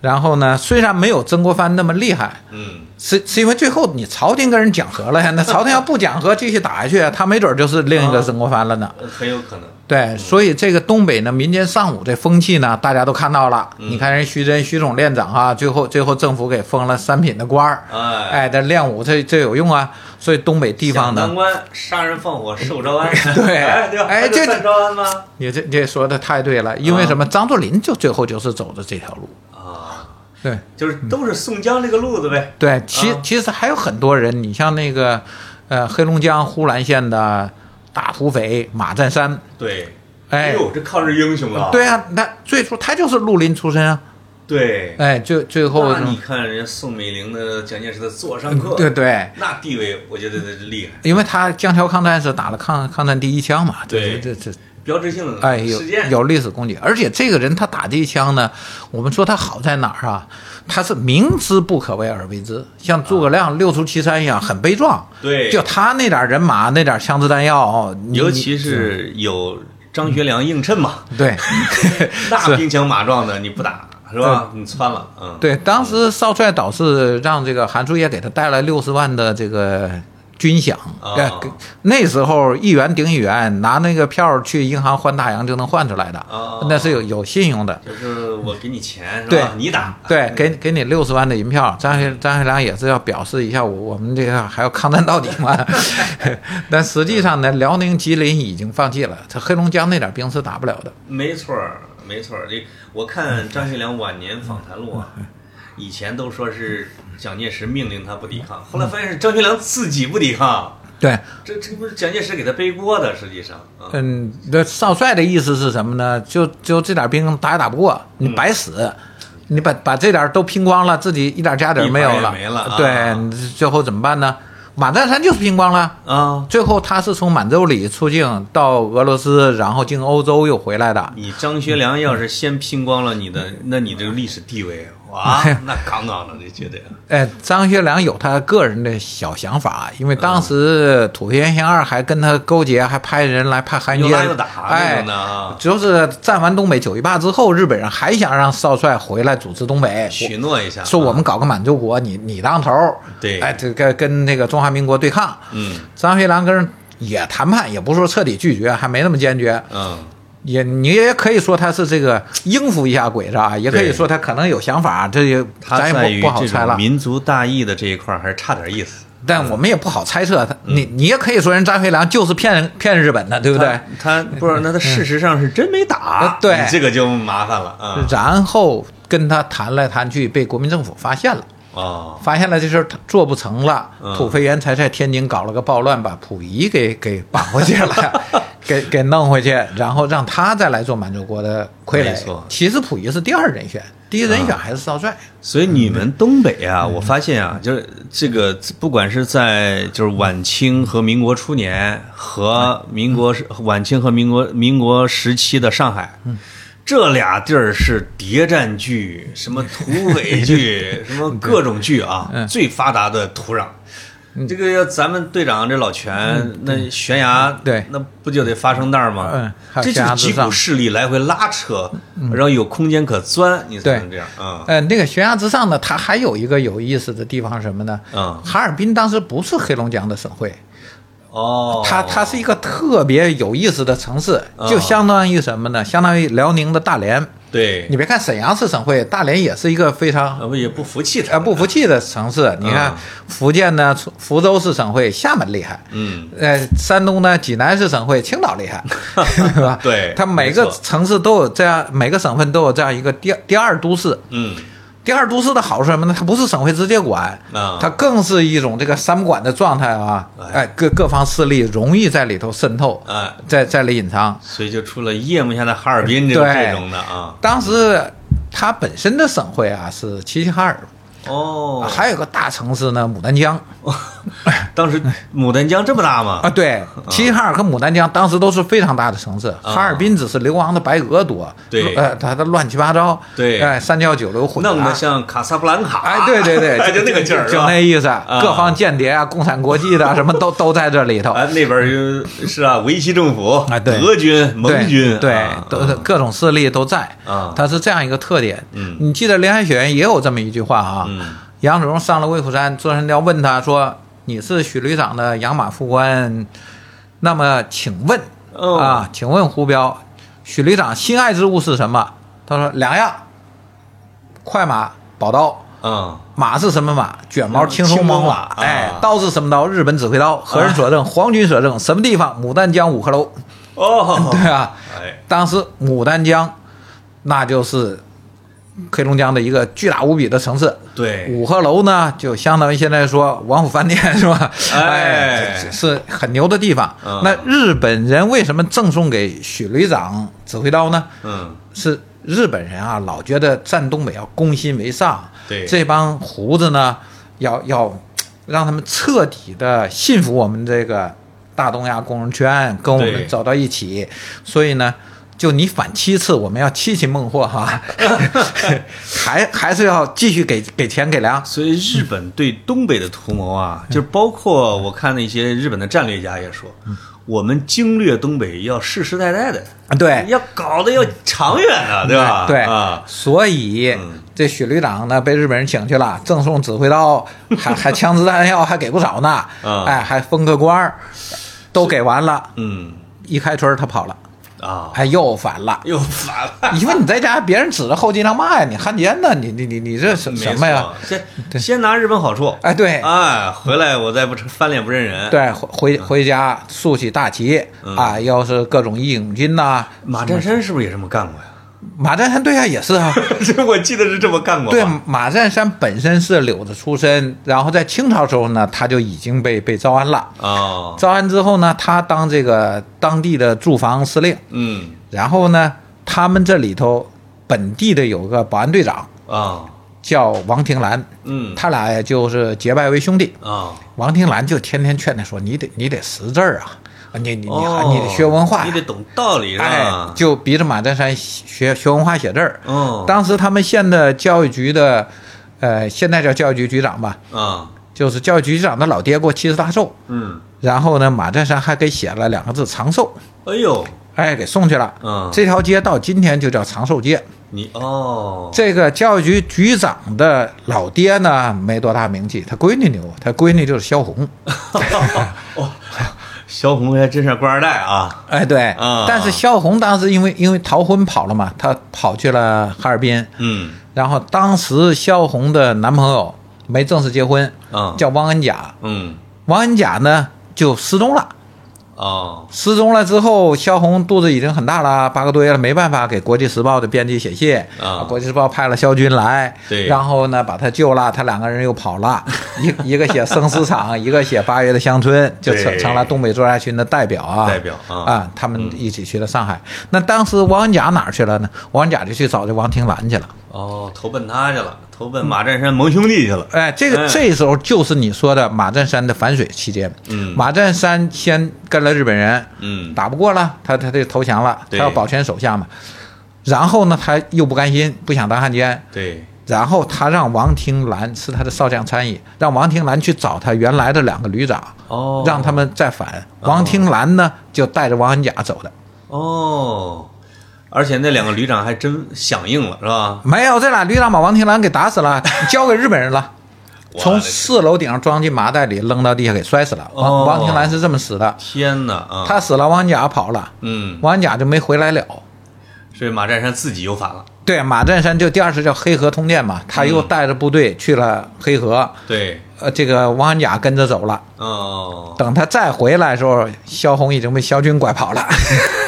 然后呢，虽然没有曾国藩那么厉害，
嗯，
是是因为最后你朝廷跟人讲和了呀。那朝廷要不讲和，继续打下去，啊他没准就是另一个曾国藩了呢。
嗯，很有可能。
对，所以这个东北呢，民间尚武这风气呢，大家都看到了。
嗯
你看人徐真、徐总练长啊，最后最后政府给封了三品的官儿。
哎，
哎，但练武这这有用啊，所以东北地方
想当
呢，
官杀人放火受招安，
对
哎对吧，
哎
还得
这
算招安吗？
你这这说的太对了，因为
嗯
什么？张作霖就最后就是走的这条路，
啊，
对
就是都是宋江这个路子呗。
对，其
啊
其实还有很多人，你像那个，呃，黑龙江呼兰县的大土匪马占山，
对，
哎
呦，这抗日英雄啊！
对啊，那最初他就是绿林出身啊，
对，
哎，最最后嗯
那，你看人家宋美龄的、蒋介石的座上客，
对对，
那地位，我觉得这是厉害，
因为他江桥抗战是打了抗抗战第一枪嘛，这
对
这这这
标志性的
哎，有
事件。
有历史功绩，而且这个人他打这一枪呢，我们说他好在哪儿啊？他是明知不可为而为之，像诸葛亮六出祁山一样，很悲壮。
啊对
就他那点儿人马，那点儿枪支弹药，哦你
尤其是有张学良映衬嘛，
对
那兵强马壮的你不打是吧？你窜了，嗯，，
对，当时少帅导是让这个韩树业给他带来六十万的这个。军饷，
哦
呃给那时候一元顶一元，拿那个票儿去银行换大洋就能换出来的，
哦
那是有有信用
哎
的。
就是我给你钱是
对
吧？你打，
对，给给你六十万的银票，张学张学良也是要表示一下我我们这个还要抗战到底嘛。 但实际上呢，辽宁、吉林已经放弃了，他黑龙江那点兵是打不了的。
没错儿，没错儿。这我看张学良晚年访谈录 啊，以前都说是蒋介石命令他不抵
嗯
抗，后来发现是张学良自己不抵抗，
对，
这这不是蒋介石给他背锅的，实际上啊，
嗯，那少帅的意思是什么呢？就就这点兵打也打不过，你
嗯
白死，你把把这点都拼光了，自己一点家底儿没有
一毛
了。
也没了啊
对，你最后怎么办呢？马占山就是拼光了。
啊，
最后他是从满洲里出境到俄罗斯，然后经欧洲又回来的。
你张学良要是先拼光了你
嗯
的，那你这个历史地位 哇，那杠杠的，这绝对啊
哎，张学良有他个人的小想法，因为
嗯
当时土肥原贤二还跟他勾结，还派人来派汉奸，
又拉又打那
哎
种的，啊。
就是占完东北九一八之后，日本人还想让少帅回来组织东北，
许诺一下，
说我们搞个满洲国，你你当头儿，
啊对
哎，这个跟那个中华民国对抗。
嗯
张学良跟人也谈判，也不是说彻底拒绝，还没那么坚决，
嗯，
也你也可以说他是这个应付一下鬼子啊，也可以
对
说他可能有想法，这也
他
咱
在
也
于
不不好
这
猜
种
了。
民族大义的这一块儿还是差点意思，
但我们也不好猜测他，
嗯
你你也可以说人张学良就是骗骗日本的，对不对？
他？他不是，那他事实上是真没打
嗯， 对
你这个就麻烦了啊。
然后跟他谈来谈去，被国民政府发现了，
哦，
发现了这事儿他做不成了
嗯，
土肥原才在天津搞了个暴乱，把溥仪给给绑回去 了，给给弄回去，然后让他再来做满洲国的傀
没
儡
错。啊
其实溥仪是第二人选，第一人选还是少帅。
所以你们东北啊，
嗯
我发现啊，就是这个，不管是在就是晚清和民国初
嗯
年和民国时晚清和民国民国时期的上海，这俩地儿是谍战剧、什么土匪 剧、什么各种剧啊，
嗯
最发达的土壤。这个要咱们队长这老全，那悬崖
嗯对
那不就得发生那儿吗
嗯？还有
这就
悬
是
崖之
几股
上嗯
势力来回拉扯，然后有空间可钻，你才
对
能这样啊。
呃，那个悬崖之上呢，它还有一个有意思的地方是什么呢？
嗯
哈尔滨当时不是黑龙江的省会，
哦，
它它是一个特别有意思的城市，
哦
就相当于什么呢？相当于辽宁的大连。
对，
你别看沈阳是省会，大连也是一个非常
啊不也不服气他
呃不服气的城市。你看
嗯
福建呢，福福州是省会，厦门厉害。
嗯，
呃，山东呢，济南是省会，青岛厉 害，对吧？
对
它每
没
个
错
城市都有这样，每个省份都有这样一个第第二都市。
嗯
第二都市的好是什么呢？它不是省会直接管，
啊
它更是一种这个三不管的状态啊！
哎
哎，各各方势力容易在里头渗透，
哎，
在在里隐藏。
所以就出了夜幕下的哈尔滨这个
对
这种的啊。
当时它本身的省会啊是齐齐哈尔，
哦，
还有个大城市呢牡丹江
当时牡丹江这么大吗？
啊，对，
嗯
齐齐哈尔和牡丹江当时都是非常大的城市，哈尔滨只是流亡的白俄多，
对
呃，它的乱七八糟，
对
哎，三教九流混杂，
弄得像卡萨布兰卡，
啊哎，对对对，
就那个劲儿，
就是就
吧
那意思。各方间谍啊，共产国 际的啊什么都都在这里头。
啊，那边儿就是啊，维希政府
啊对
德军、盟
对
军，
对
啊，
都
啊
各种势力都在
啊
它是这样一个特点。
嗯
你记得林海雪原也有这么一句话啊
嗯，
杨子荣上了魏虎山，座山雕问他说：“你是许旅长的养马副官，那么请问
哦
啊，请问胡彪，许旅长心爱之物是什么？”他说：“两样，快马、宝刀。”
嗯，
马是什么马？卷毛青松
青松
猛
马
犸
啊。
哎，刀是什么刀？日本指挥刀。何人所赠？皇军所赠。什么地方？牡丹江五河楼。
哦，
对啊，
哎，
当时牡丹江，那就是黑龙江的一个巨大无比的城市。
对，
五河楼呢，就相当于现在说王府饭店是吧？
哎
这这是很牛的地方
嗯。
那日本人为什么赠送给许旅长指挥刀呢？
嗯，
是日本人啊，老觉得占东北要攻心为上，
对
这帮胡子呢，要要让他们彻底的信服我们这个大东亚共荣圈，跟我
对
们走到一起，所以呢。就你反七次，我们要七擒孟获 哈， 还还是要继续给给钱给粮，
所以日本对东北的图谋
嗯
啊，就是包括我看那些日本的战略家也说，
嗯
我们经略东北要世世代代的，
啊对
要搞得要长远啊，对吧？
嗯对
啊，嗯
所以、这许旅长呢被日本人请去了，赠送指挥 刀，还还枪支弹药还给不少呢，
啊
哎，还封个官儿，都给完了。
嗯，
一开春儿他跑了，
啊，
哎，又反了。
又反了。
你说你在家，别人指着后脊梁骂呀，你汉奸呢？你你你你这什什么呀？
没错？先先拿日本好处，
哎，对
哎，回来我再不成翻脸不认人。，
对，回回回家竖起大旗
嗯
啊，要是各种义勇军呐，
马占山是不是也这么干过呀？
马占山对呀、也是啊。
这我记得是这么干过吧。
对，马占山本身是柳子出身，然后在清朝时候呢，他就已经被被招安了。
哦，
招安之后呢，他当这个当地的驻防司令，
嗯，
然后呢，他们这里头本地的有个保安队长
啊，
叫王廷兰，
嗯，
他俩也就是结拜为兄弟。
啊，
王廷兰就天天劝他说：“你得你得识字儿啊，啊你你你、
哦
你得学文化
你
呀，
得懂道理，是
哎
吧？，
就逼着马占山学学文化写字儿。
哦
当时他们县的教育局的，呃，现在叫教育局局长吧，
啊，
就是教育局局长的老爹过七十大寿，
嗯，
然后呢，马占山还给写了两个字“长寿
哎呦，”，
哎，给送去了。
嗯
这条街到今天就叫长寿街。
你哦，
这个教育局局长的老爹呢，没多大名气，他闺女牛，他闺女就是萧红。
哦，萧红还真是官二代啊，
哎，对，
啊
但是萧红当时因为因为逃婚跑了嘛，她跑去了哈尔滨，
嗯，
然后当时萧红的男朋友没正式结婚，
啊
叫汪恩甲，
嗯，
汪恩甲呢就失踪了。
哦，
失踪了之后，萧红肚子已经很大了，八个多月了，没办法给《国际时报》的编辑写信。
啊
国际时报》派了萧军来，
对
然后呢把他救了，他两个人又跑 了，一一个写《生死场》，一个写《八月的乡村》，就
对
成成了东北作家群的代表啊。
代表啊
啊他们一起去了上海。那当时王安甲哪儿去了呢？王安甲就去找这王廷兰去了。
哦，投奔他去了，投奔马占山盟兄弟去了，
哎，这个
嗯
这时候就是你说的马占山的反水期间。
嗯
马占山先跟了日本人，
嗯
打不过了，他他就投降了，
对
他要保全手下嘛。然后呢，他又不甘心，不想当汉奸，
对，
然后他让王廷兰是他的少将参议，让王廷兰去找他原来的两个旅长，
哦，
让他们再反。王廷兰呢，就带着王安甲走的。
哦，而且那两个旅长还真响应了，是吧？
没有，这俩旅长把王廷兰给打死 了，交给日本人了，
我
从
的
四楼顶上装进麻袋里扔到地下给摔死了。
哦
王王廷兰是这么死的，
天哪啊！
他死了，王安甲跑了，
嗯，
王安甲就没回来了。
所以马占山自己又反了，
对，马占山就第二次叫黑河通电嘛，他
嗯
又带着部队去了黑河，
对，
呃，这个王安甲跟着走了。
哦，
等他再回来的时候，萧红已经被萧军拐跑了。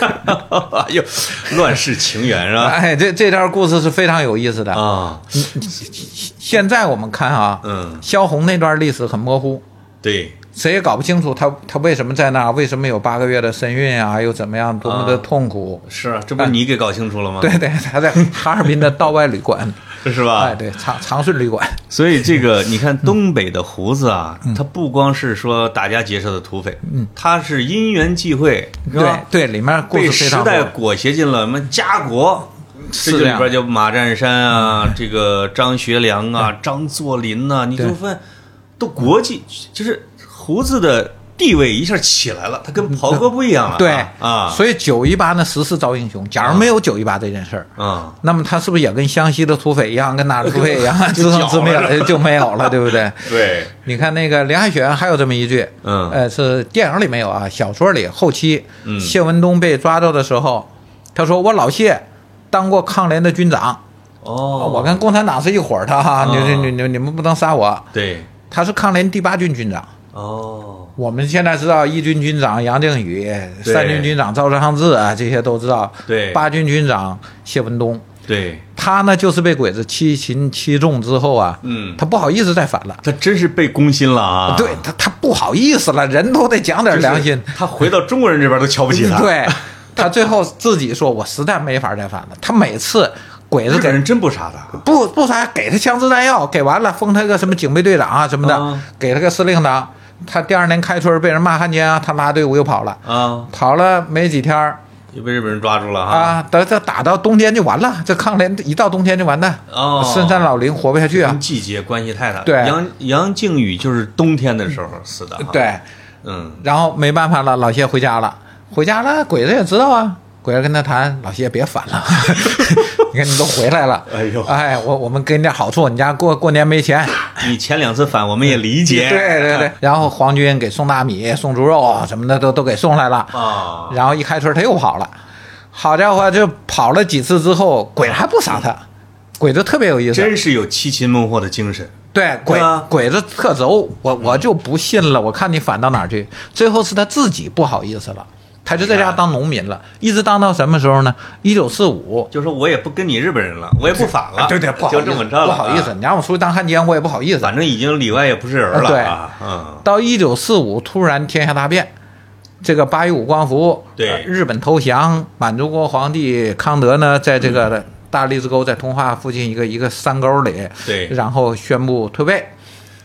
哎呦，乱世情缘是吧？
哎，这这段故事是非常有意思的。
啊，
现在我们看啊，
嗯
萧红那段历史很模糊，
对，
谁也搞不清楚他他为什么在那儿，为什么有八个月的身孕啊，又怎么样，多么的痛苦。
是啊，
哎
这不是你给搞清楚了吗？
对对，他在哈尔滨的道外旅馆，
是吧？
哎，对长长顺旅馆，
所以这个你看东北的胡子啊，他不光是说打家劫舍的土匪，他是因缘际会，是
嗯对
吧？
对，里面故
被
事
时
非常
代
多。
裹挟进了什么家国，
是
这就
这
里
样
边就马占山啊，这个张学良啊，张作霖呐、你
嗯对
就问，都国际就是胡子的地位一下起来了，他跟袍哥不一样了啊，
嗯对
啊，
所以九一八呢，时势造英雄。假如没有九一八这件事儿，
啊，
那么他是不是也跟湘西的土匪一样，跟哪的土 匪一样，自生自灭了就没有了，对不对？
对，
你看那个林海雪原还有这么一句，
嗯
呃，是电影里没有啊，小说里后期，
嗯
谢文东被抓到的时候，他说我老谢当过抗联的军长，
哦，
啊我跟共产党是一伙儿的哈，你你你你你们不能杀我，
对，
他是抗联第八军军长。
哦，
我们现在知道一军军长杨靖宇，
对
三军军长赵尚志啊，这些都知道。
对
八军军长谢文东，
对，
他呢就是被鬼子七擒七纵之后啊，
嗯
他不好意思再反了。
他真是被攻心了啊，
对他，他不好意思了，人都得讲点良心。嗯
他回到中国人这边都瞧不起他，，
对他最后自己说：“我实在没法再反了。”他每次鬼
日
子给
本人真不杀他，
不不啥，给他枪支弹药，给完了封他个什么警备队长啊什么的，
啊
给他个司令长。他第二年开春被人骂汉奸啊，他拉队伍又跑了，
啊，
跑了没几天儿
又被日本人抓住了哈，
啊，等这打到冬天就完了，这抗联一到冬天就完蛋，
哦
深山老林活不下去啊
跟。季节关系太大，
对
杨杨靖宇就是冬天的时候死的，，啊
对，
嗯，
然后没办法了，老谢回家了，回家了，鬼子也知道啊，鬼子跟他谈，老谢别反 了，你看你都回来了，
哎呦
哎，我我们给你点好处，你家过过年没钱，
你前两次反我们也理解，
对对
哎
对，然后皇军给送大米、送猪肉什么的都都给送来了，
啊，
然后一开春他又跑了，好家伙，就跑了几次之后，鬼子还不杀他，鬼子特别有意思，
真是有七擒孟获的精神，
对，鬼
对嗯啊
鬼子特轴，我我就不信了，我看你反到哪儿去。最后是他自己不好意思了，他就在家当农民了，
哎
一直当到什么时候呢？一九四五。哎
就说我也不跟你日本人了，我也不反了，
啊对对，不好意
就
思，
这么着了，
不好意思，
啊，
你让我出去当汉奸，我也不好意思。
反正已经里外也不是人了，
对
啊，嗯，
到一九四五，突然天下大变，这个八一五光伏，
对
呃日本投降，满洲国皇帝康德呢，在这
嗯
个大栗子沟，在通化附近一个一个山沟里，
对
然后宣布退位，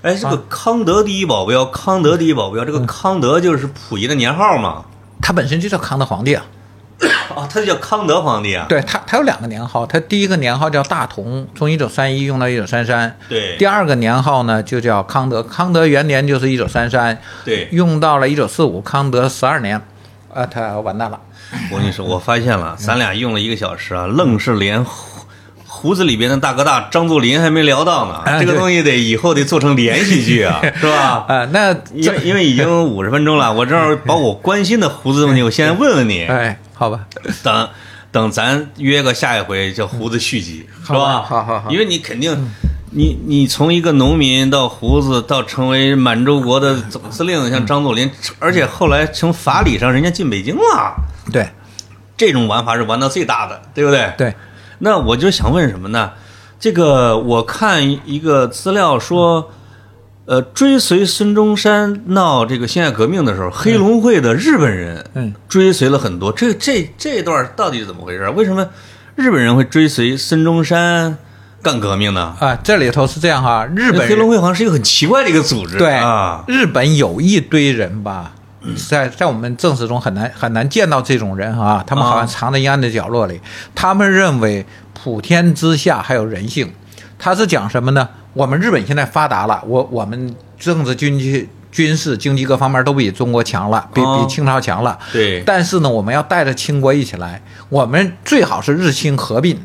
哎，这
啊
个康德第一保镖，康德第一保镖，这个
嗯
康德就是溥仪的年号嘛，
他本身就叫康德皇帝啊，
啊，他就叫康德皇帝啊，
对他，他有两个年号，他第一个年号叫大同，从一九三一用到一九三三。
对
第二个年号呢就叫康德，康德元年就是一九三三，
对
用到了一九四五，康德十二年，啊，他完蛋了。
我跟你说，我发现了，咱俩用了一个小时啊，
嗯
愣是连胡胡子里边的大哥大张作霖还没聊到呢。
啊
这个
对
东西得以后得做成连续剧 啊，是吧？
啊，那
因
这
为因为已经五十分钟了，我正好把我关心的胡子问题，我先问问你。
哎，好吧，
等等，咱约个下一回叫胡子续集，是吧？
嗯好啊好好嗯好
因为你肯定，你你从一个农民到胡子，到成为满洲国的总司令，
嗯
像张作霖，而且后来从法理上人家进北京了。
对
这种玩法是玩到最大的，对不对？。
对，
那我就想问什么呢？这个我看一个资料说，呃，追随孙中山闹这个辛亥革命的时候，黑龙会的日本人
嗯
追随了很多。这这这段到底是怎么回事？为什么日本人会追随孙中山干革命呢？
啊，这里头是这样哈，日
日
本
黑龙会好像是一个很奇怪的一个组织，
对
啊，
日本有一堆人吧，在在我们正史中很难很难见到这种人啊，他们好像藏在阴暗的角落里。他们认为普天之下还有人性，他是讲什么呢？我们日本现在发达了，我我们政治、经济、军事、经济各方面都比中国强了，比
哦
比清朝强了。
对
但是呢，我们要带着清国一起来，我们最好是日清合并，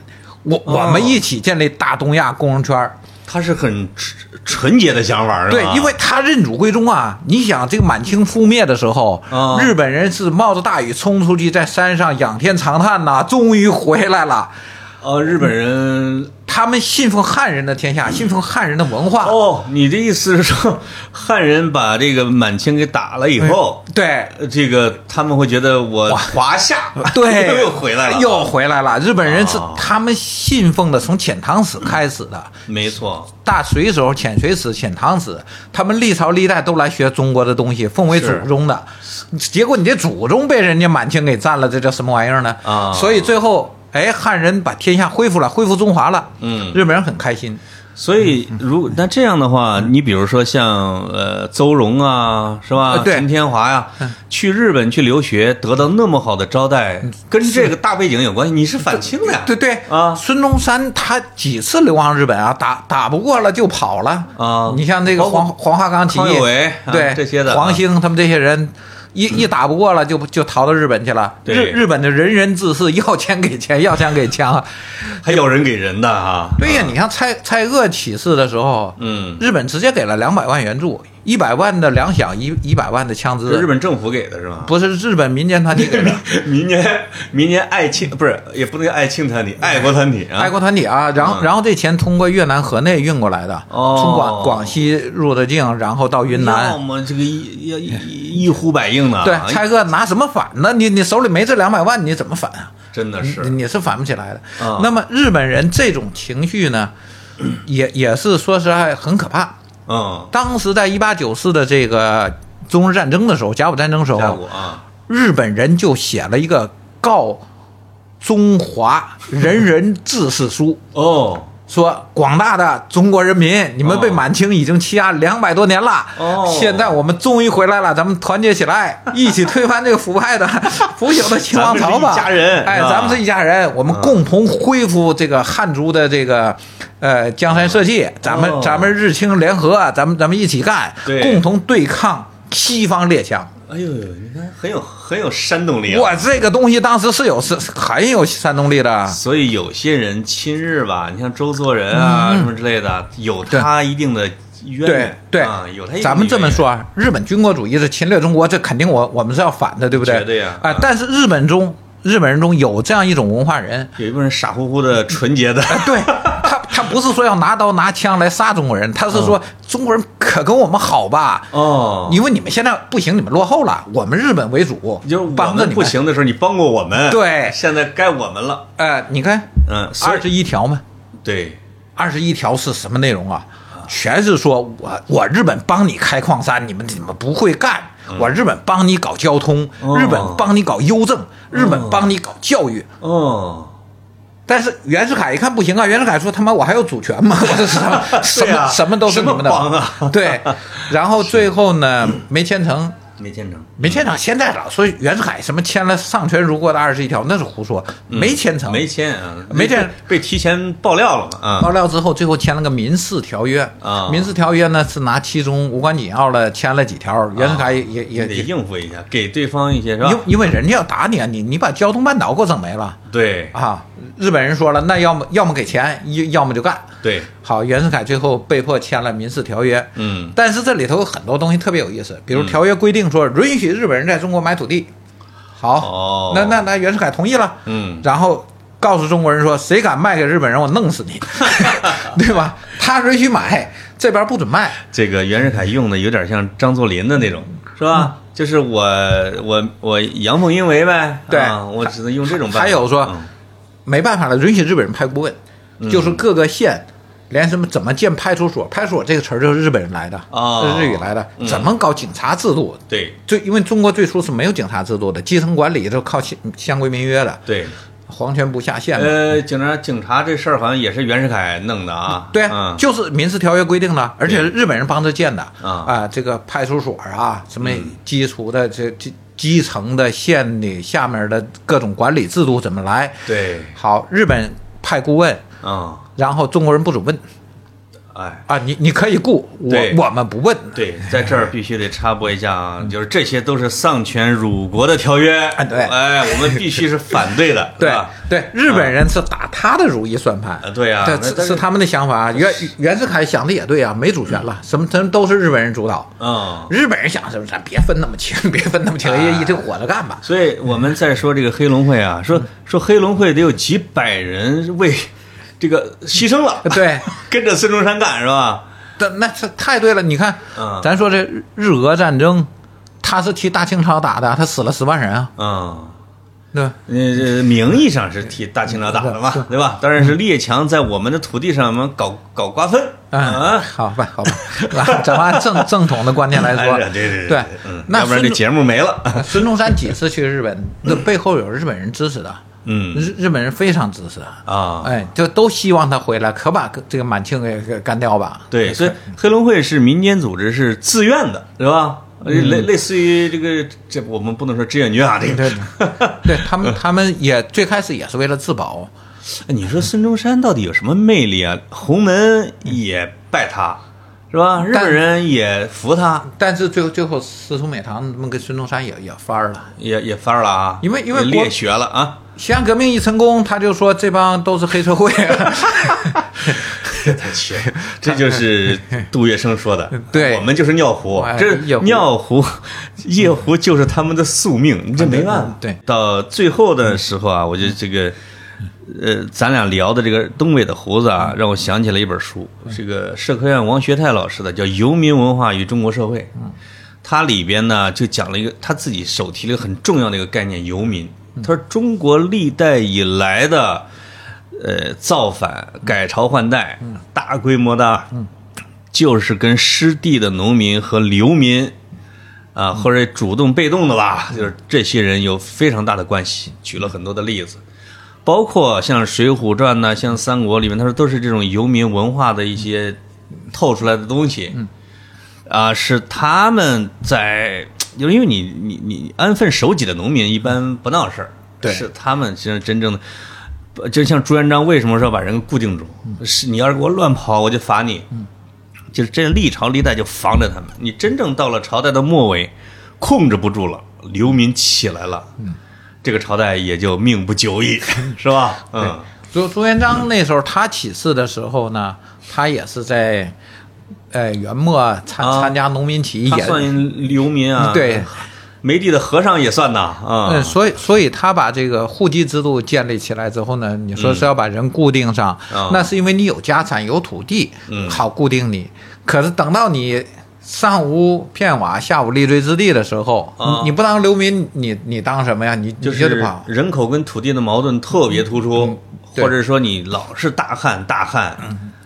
我我们
哦
一起建立大东亚共荣圈儿。
他是很纯纯洁的想法，是吧
对，因为他认祖归宗啊。你想，这个满清覆灭的时候，
嗯
日本人是冒着大雨冲出去，在山上仰天长叹呐、终于回来了。
呃，日本人
他们信奉汉人的天下，信奉汉人的文化。
哦，你的意思是说，汉人把这个满清给打了以后，
对，
呃这个他们会觉得我华夏
对，
又回来了，
又回来了。日本人是
哦
他们信奉的，从遣唐使开始的，
没错，
大隋时候遣隋使、遣唐使，他们历朝历代都来学中国的东西，奉为祖宗的。结果你这祖宗被人家满清给占了，这叫什么玩意儿呢？
啊
所以最后，哎，汉人把天下恢复了，恢复中华了。
嗯
日本人很开心。
所以如果那这样的话，你比如说像呃邹容啊，是吧？
呃对
陈天华呀、去日本去留学，得到那么好的招待，跟这个大背景有关系，你是反清的呀？
嗯对对
啊
孙中山他几次流亡日本啊，打打不过了就跑了
啊
你像那个
包括
黄黄花岗起
康
义
有为，啊
对
这些的啊嗯
黄兴他们这些人。一一打不过了，就就逃到日本去了。
对
日日本的人人自是要钱给钱，要钱给钱啊！
还有人给人的啊？
对呀，你像蔡蔡锷起事的时候，
嗯，
日本直接给了两百万援助，一百万的粮饷，一一百万的枪支。
是日本政府给的是吧？
不是日本民间团体给的，
明年明年爱庆不是也不能叫爱庆团体，爱国团体啊，
嗯爱国团体啊，然后、
嗯
然后这钱通过越南河内运过来的，
哦
从广广西入的境，然后到云
要
南。
么这个一要一一呼百应呢，
对，
哎
蔡哥拿什么反呢？你你手里没这两百万，你怎么反啊？
真的
你
是
你是反不起来的。
嗯
那么日本人这种情绪呢，也也是说实在很可怕。
嗯，
当时在一八九四的这个中日战争的时候，甲午战争时
下
候
午，啊，
日本人就写了一个告中华人人自是书。
哦
说广大的中国人民，你们被
哦
满清已经欺压两百多年了，
哦
现在我们终于回来了，咱们团结起来，一起推翻这个腐 败的、腐朽的清王朝吧！
咱们是一家人啊
哎，
是吧
咱们是一家人，我们共同恢复这个汉族的这个呃江山社稷，咱们、
哦
咱们日清联合，咱们咱们一起干，
对
共同对抗西方列强。
哎呦，你看很有很有煽动力啊。
我这个东西当时是有是很有煽动力的，
所以有些人亲日吧，你像周作人啊什么之类的，有他一定的渊
对
源，
嗯对
啊，有他一定的渊源。
咱们这么说啊，日本军国主义是侵略中国，这肯定我我们是要反的，对不对？
绝对呀
啊、
啊
但是日本中日本人中有这样一种文化人，
有一部分人傻乎乎的、纯洁的，
对他他不是说要拿刀拿枪来杀中国人，他是说
嗯
中国人可跟我们好吧？
哦
因为你们现在不行，你们落后了，我们日本为主，
就是我
帮着
们
你
不
们。
行的时候，你帮过我们，
对
现在该我们了。
呃，你看
嗯，所以
二十一条嘛，
对，
二十一条是什么内容啊？全是说我我日本帮你开矿山，你们你们不会干；我日本帮你搞交通，
嗯哦嗯
日本帮你搞邮政，日本帮你搞教育。
哦，
但是袁世凯一看不行啊，袁世凯说他妈我还有主权吗？ 我这什么什
对
么
啊
什么都是
什么
你们的
帮啊
对，然后最后呢没签成。
没见成。
没签成，现在老说袁世凯什么签了丧权辱国的二十一条，那是胡说，
嗯
没签成。
没签啊，
没签
被提前爆料了嘛啊
爆料之后，最后签了个民事条约。
啊
民事条约呢是拿其中无关紧要的签了几条，袁世凯也也
你
也
得
也，
应啊付一下，给对方一些是
因
吧？
因为人家要打你啊，你你把胶东半岛给我整没了
对
啊！日本人说了，那要么要么给钱，要要么就干。
对，
好，袁世凯最后被迫签了民事条约。
嗯，
但是这里头有很多东西特别有意思，比如条约规定说允许日本人在中国买土地。好，
哦
那那那袁世凯同意了，
嗯
然后告诉中国人说，谁敢卖给日本人，我弄 死你，对吧？他允许买，这边不准卖。
这个袁世凯用的有点像张作霖的那种，是吧？
嗯
就是我我我阳奉阴违呗，
对
啊我只能用这种办法。
还有说
嗯
没办法了，允许日本人拍顾问，就是各个县，连什么怎么建派出所，派出所这个词儿就是日本人来的，
哦
是日语来的，
嗯
怎么搞警察制度？
对
最因为中国最初是没有警察制度的，基层管理都靠乡乡规民约的。
对，
皇权不下县嘛。
呃，警察警察这事儿好像也是袁世凯弄的啊。
对啊
嗯，
就是民事条约规定的，而且日本人帮着建的
啊嗯
这个派出所啊，什么基础的这基基层的县里下面的各种管理制度怎么来？
对，
好，日本派顾问，
嗯，
然后中国人不准问
哎，
啊，你你可以雇我
对，
我们不问。
对，在这儿必须得插播一下啊，就是这些都是丧权辱国的条约，
嗯啊对
哎，我们必须是反对的，
对
是吧？嗯
对，日本人是打他的如意算盘
啊，对啊
这
那但
是
是
是他们的想法。啊袁袁世凯想的也对啊，没主权了，什么什么都是日本人主导。
嗯，
日本人想什么？咱别分那么清，别分那么清，
哎
一一直火着干吧。
所以我们在说这个黑龙会啊，说说黑龙会得有几百人为这个牺牲 了，
对，
跟着孙中山干是吧？
但那是太对了。你看
嗯，
咱说这日日俄战争，他是替大清朝打的，他死了十万人啊，
嗯。
对吧？
呃，这名义上是替大清朝打的嘛，对吧？当然是列强在我们的土地上我们搞搞瓜分
嗯，
啊，
好吧，好吧，咱们按正正统的观念来说
哎，对对
对
嗯，
那
要不然这
孙中
节目没 了。
孙中山几次去日本，那背后有日本人支持的，
嗯
日日本人非常支持
啊
哎，就都希望他回来，可把这个满清给给干掉吧。
对，所以黑龙会是民间组织，是自愿的，是吧？类类似于这个，这我们不能说志愿军啊，这个
嗯对。，对 他们，他们也最开始也是为了自保，
哎你说孙中山到底有什么魅力啊？洪门也拜他，是吧？日本人也服他，
但是最后最后司徒美堂他们跟孙中山也也翻儿了。
也也翻儿了啊，
因为因为
也
国
列学了 啊。
西安革命一成功，他就说这帮都是黑社会。。
太缺， 这就是杜月笙说的
对
我们就是尿壶
哎，
这
夜壶
尿壶、夜壶就是他们的宿命，这没办法。
嗯对对
到最后的时候啊，我觉得这个，呃，咱俩聊的这个东北的胡子
嗯
啊，让我想起了一本书，这个社科院王学泰老师的，叫《游民文化与中国社会》。
嗯
它里边呢就讲了一个他自己手提了一个很重要的一个概念——游民。
嗯
他说，中国历代以来的呃造
嗯
反、改朝换代、大规模的，就是跟失地的农民和流民啊，或者主动被动的吧，就是这些人有非常大的关系。举了很多的例子，包括像《水浒传》呐，像《三国》里面，他说都是这种游民文化的一些透出来的东西。啊，是他们在，就是因为你你你安分守己的农民一般不闹事儿，
对
是他们其实真正的，呃就像朱元璋为什么说要把人固定住，是你要是给我乱跑，我就罚你，就是这历朝历代就防着他们。你真正到了朝代的末尾，控制不住了，流民起来了，
嗯
这个朝代也就命不久 矣，是吧？嗯，
朱朱元璋那时候他起事的时候呢，他也是在，呃，元末参
啊
参加农民起义
他
也，嗯
算流民啊，
对，
梅地的和尚也算呐，啊、
嗯，所以所以他把这个户籍制度建立起来之后呢，你说是要把人固定上，
嗯啊
那是因为你有家产有土地，
嗯
好固定你。可是等到你上无片瓦，下无立锥之地的时候，
啊
你你不当流民，你你当什么呀？你
就
你就是跑。嗯
人口跟土地的矛盾特别突出，
对嗯
或者说你老是大旱大旱，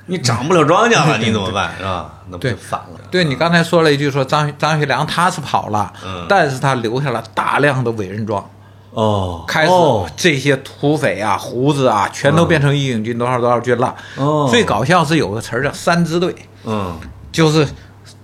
你长不了庄稼了，你怎么办是吧？那不就
对
反了？
对你刚才说了一句说张张学良他是跑了，
嗯
但是他留下了大量的委任状，
哦，
开始
哦
这些土匪啊、胡子啊，全都变成义勇军多少多少军了。
哦
最搞笑是有个词儿叫“三支队”，
嗯，
就是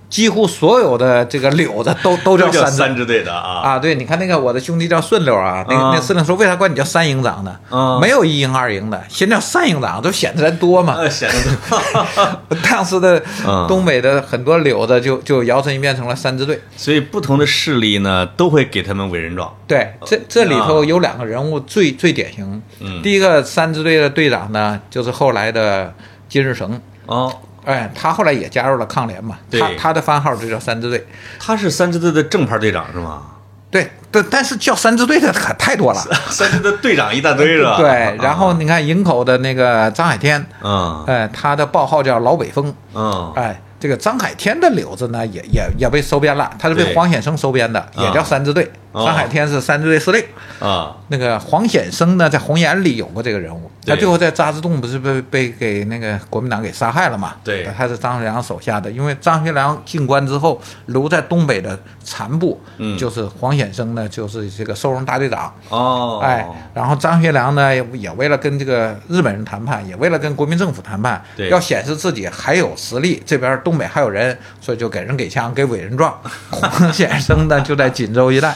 几乎所有的这个柳子都都
都
叫
叫
三支
三支队的啊，
啊。对，你看那个我的兄弟叫顺溜啊，那个、
啊
那司令说为啥管你叫三营长呢？
啊
没有一营二营的，先叫三营长，都显得人多嘛。
呃显得
当时的
啊
东北的很多柳子就就摇身一变成了三支队。
所以不同的势力呢，都会给他们委任状。
对，这这里头有两个人物最最典型。
呃啊嗯
第一个三支队的队长呢，就是后来的金日成。
哦，
哎，他后来也加入了抗联嘛，
对
他他的番号就叫三支队。
他是三支队的正牌队长是吗？
对，但但是叫三支队的可太多了。
三支队队长一大堆是啊吧？
对，然后你看营口的那个张海天，
嗯
哎，他的报号叫老北风，
嗯
哎，这个张海天的柳子呢，也也也被收编了，他是被
对
黄显生收编的，也叫
啊
三支队。
哦
山海天是三支队司令。
啊，
那个黄显生呢，在《红岩》里有过这个人物，
对
他最后在渣滓洞不是被被给那个国民党给杀害了嘛？
对
他是张学良手下的，因为张学良进关之后，留在东北的残部，
嗯
就是黄显生呢，就是这个收容大队长，
哦，
哎，然后张学良呢，也为了跟这个日本人谈判，也为了跟国民政府谈判
对，
要显示自己还有实力，这边东北还有人，所以就给人给枪，给伟 人撞。黄显生呢，就在锦州一带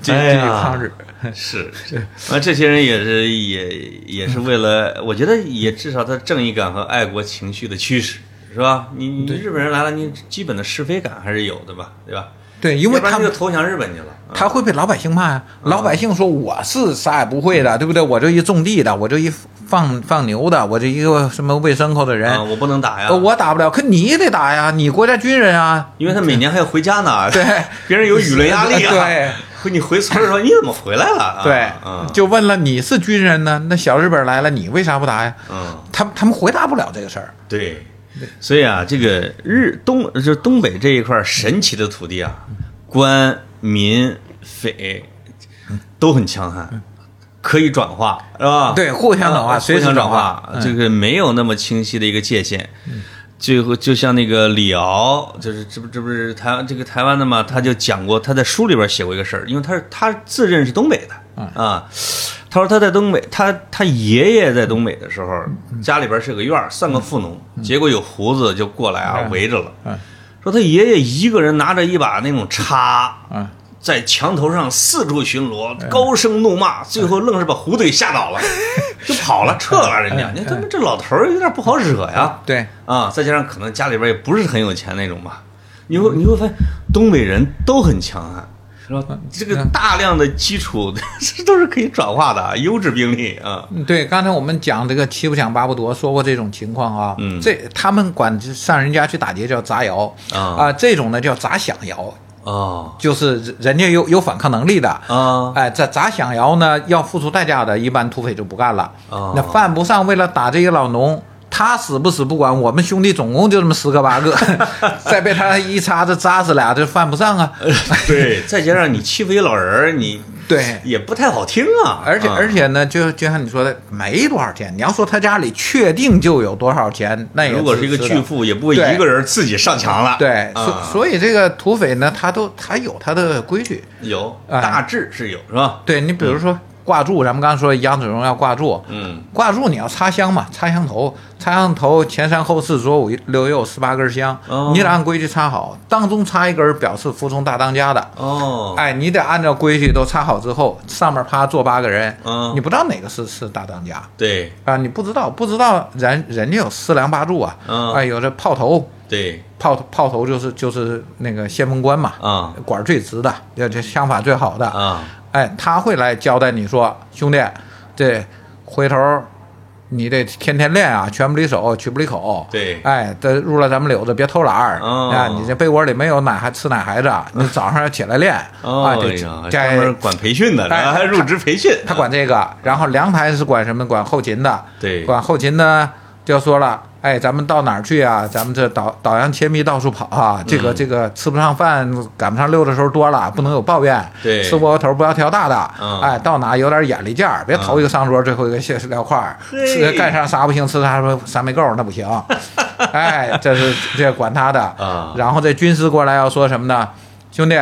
积
哎
极
呀
抗日。
是，啊，这些人也是也也是为了，我觉得也至少他正义感和爱国情绪的驱使，是吧？你你日本人来了，你基本的是非感还是有的吧，对吧？
对，因为
要不然
他
就
们
投降日本去了。啊
他会被老百姓骂呀、
嗯
老百姓说我是啥也不会的，对不对？我就一种地的，我就一放放牛的，我这一个什么喂牲口的人，
啊，我不能打呀，
呃我打不了，可你得打呀，你国家军人啊，
因为他每年还要回家呢，
对
别人有舆论压力啊。
对，
回 你回村儿的时候你怎么回来了？啊
对，
嗯，
就问了你是军人呢，那小日本来了，你为啥不打呀？
嗯，
他们他们回答不了这个事儿，
对，所以啊，这个日东就是东北这一块神奇的土地啊，官民匪都很强悍，可以转化，是吧？
对互相转化
啊
随
互
时
相
转
转
化
化，
嗯
这个没有那么清晰的一个界限。最后就像那个李敖，就是这不这不是台这个台湾的嘛，他就讲过，他在书里边写过一个事儿，因为他是他自认是东北的
嗯
啊，他说他在东北，他他爷爷在东北的时候，
嗯
家里边是个院儿，算个富农，结果有胡子就过来啊
嗯
围着了
嗯，
说他爷爷一个人拿着一把那种叉，
嗯，
在墙头上四处巡逻，
哎
高声怒骂，最后愣是把胡子给吓 倒了，就跑了，撤了
哎
人家。你看他们这老头儿有点不好惹呀，
对，
啊，再加上可能家里边也不是很有钱那种吧，你
嗯
会你会发现东北人都很强悍，是
嗯
吧？这个大量的基础 这都是可以转化的啊优质兵力啊，
嗯对，刚才我们讲这个七不抢八不夺，说过这种情况啊。
嗯
这他们管上人家去打劫叫砸窑
啊
这种呢叫砸响窑，
哦
就是人人家有有反抗能力的。
啊
哎，这砸响窑呢，要付出代价的，一般土匪就不干了。
哦
那犯不上为了打这个老农，他死不死不管，我们兄弟总共就这么十个八个， 再被他一叉子扎死俩，这犯 不上啊。
对，再加上你欺负一老人儿，你
对，
也不太好听啊，
而且
啊
而且呢，就就像你说的，没多少钱。你要说他家里确定就有多少钱，那也
如果是一个
值
巨，富，也不会
对
一个人自己上墙了。
对，所、
啊
所以这个土匪呢，他都他有他的规矩。
有
哎
大致是有，是吧？
对你比如说挂柱，咱们刚刚说杨子荣要挂柱，
嗯，
挂柱你要插香嘛，插香头，插香头前三后四左五右右十八根香，
哦
你得按规矩插好，当中插一根儿表示服从大当家的。
哦，
哎，你得按照规矩都插好之后，上面啪坐八个人，
嗯
你不知道哪个是是大当家，
对
啊，你不知道，不知道人人家有四梁八柱啊，
嗯
啊，有这炮头，
对
炮炮头就是就是那个先锋官嘛，
啊
管儿最直的，要这枪法最好的，
啊，
哎，他会来交代你说，兄弟，这回头你得天天练啊，拳不离手，曲不离口，
对
哎，这入了咱们柳子别偷懒儿、
哦
啊，你这被窝里没有奶还吃奶孩子，啊 你早上要起来练、啊，
哦，
就
哎呀专
该
门管培训的，
哎
然后还入职培训，
他管这个，然后凉台是管什么？管后勤的，
对
管后勤呢就说了，哎，咱们到哪儿去啊？咱们这倒倒洋千米到处跑啊，
嗯
这个、这个吃不上饭，赶不上溜的时候多了，不能有抱怨，
对
吃窝窝头不要挑大的，
嗯
哎，到哪有点眼力见儿，别头一个上桌，最后一个歇撂块儿，
嘿
吃干啥啥不行，吃啥不啥没够那不 行，哎，这是这管他的
啊
然后这军师过来要说什么呢？兄弟，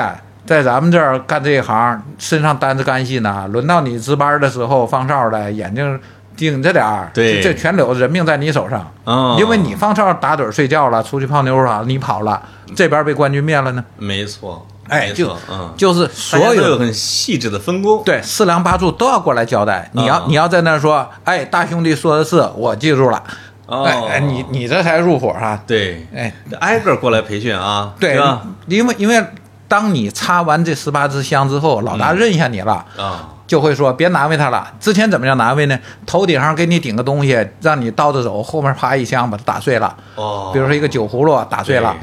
在咱们这儿干这一行，身上担着干系呢。轮到你值班的时候放哨的，眼睛盯着点儿。
对
这这全柳子人命在你手上，
啊，
因为你放哨打盹儿睡觉了，出去泡妞了，你跑了，这边被官军灭了呢。
没错，
哎，
没
就
错嗯，
就是
大家
所
都
有
有很细致的分工，
对，四梁八柱都要过来交代。你要、
啊
你要在那儿说，哎，大兄弟说的是，我记住了。
哦
哎哎，你你这才入伙啊！
对，
哎，
挨个过来培训啊，
对
是吧？，
因为因为当你插完这十八支香之后，老
嗯
大认下你了。
啊，
就会说别难为他了。之前怎么叫难为呢？头顶上给你顶个东西，让你倒着走，后面啪一枪把它打碎了。
哦，
比如说一个酒葫芦打碎了，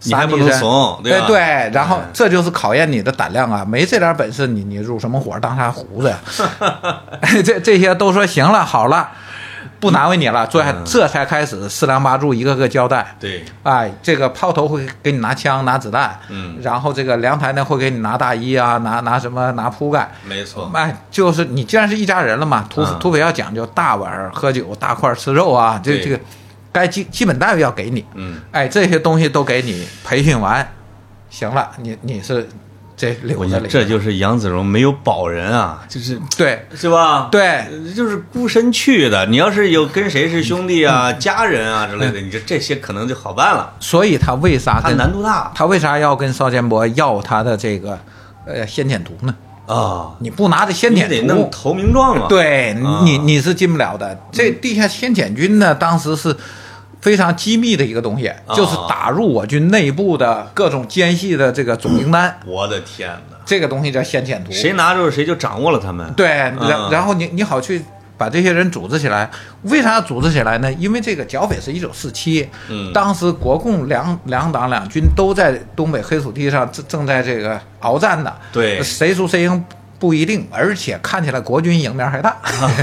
对你还不能
撒一身哎
怂对
对
吧嗯
对，然后这就是考验你的胆量啊！没这点本事， 你你入什么伙当啥胡子呀？这这些都说行了好了，不难为你了，这
嗯
这才开始四梁八柱一个个交代。
对，
哎，这个炮头会给你拿枪拿子弹，
嗯
然后这个凉台呢会给你拿大衣啊，拿拿什么拿铺盖，
没错，
哎，就是你既然是一家人了嘛，土
嗯
土匪要讲究大碗儿喝酒，大块儿吃肉啊，这
对
这个该基基本待遇要给你，
嗯，
哎，这些东西都给你培训完，行了，你你是这留
我
着
觉
里
得
头，
这就是杨子荣没有保人啊，就是
对
是吧？
对，
呃就是孤身去的。你要是有跟谁是兄弟啊、
嗯
家人啊之类的，你这这些可能就好办了。
所以他为啥
它
跟
难度大
他为啥要跟邵建博要他的这个呃先遣图呢？
啊，
你不拿着先
你
遣
得
图，
弄投名状啊。，
对
啊嗯
你你是进不了的。这地下先遣军呢，当时是非常机密的一个东西，
啊
就是打入我军内部的各种奸细的这个总名单，
我的天哪，
这个东西叫先遣图。
啊谁拿住谁就掌握了他们。
对，
啊
然然后你你好去。把这些人组织起来，为啥要组织起来呢？因为这个剿匪是一九四七，
嗯
当时国共两两党两军都在东北黑土地上正正在这个鏖战呢。
对
谁输谁赢不一定，而且看起来国军赢面 还大。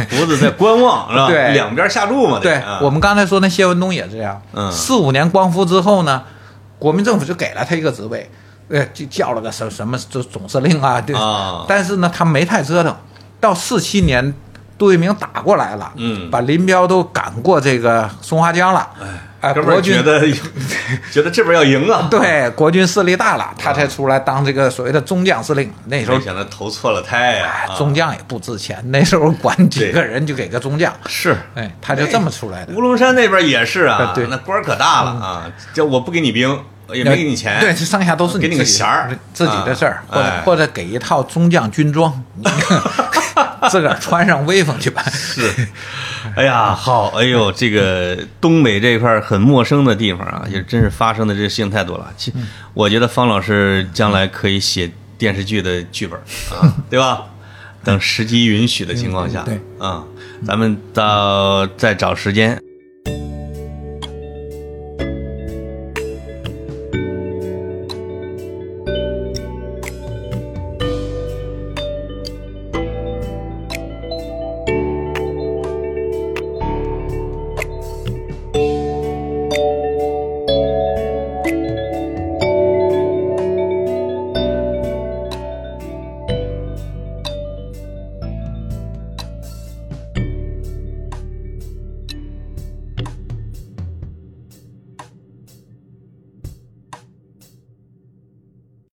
胡子在观望是吧？
对
两边下注嘛。得
对、
啊
我们刚才说那谢文东也这样，
嗯
四五年光复之后呢，国民政府就给了他一个职位，呃，就叫了个什什么就总司令啊，对，
啊
但是呢，他没太折腾，到四七年。杜聿明打过来了，
嗯
把林彪都赶过这个松花江了，哎，
哥们
国
儿
军
觉得 觉得这边要赢啊。
对国军势力大了，他才出来当这个所谓的中将司令。那时候
没想到投错了胎
哎
呀、啊。
中将也不值钱，那时候管几个人就给个中将，
是
哎，他就这么出来的。
乌龙山那边也是啊，
啊对嗯
那官儿可大了啊，这我不给你兵，也没给你钱，
对，这上下都是你
给你个
自己
衔儿
自己的事儿
啊，
或者
哎
或者给一套中将军装，你 自个儿穿上威风去吧。
是， 哎呀，好，哎呦，这个东北这块儿很陌生的地方啊，也真是发生的这事情太多了。其我觉得方老师将来可以写电视剧的剧本啊，对吧？等时机允许的情况下，
嗯
啊，咱们到再找时间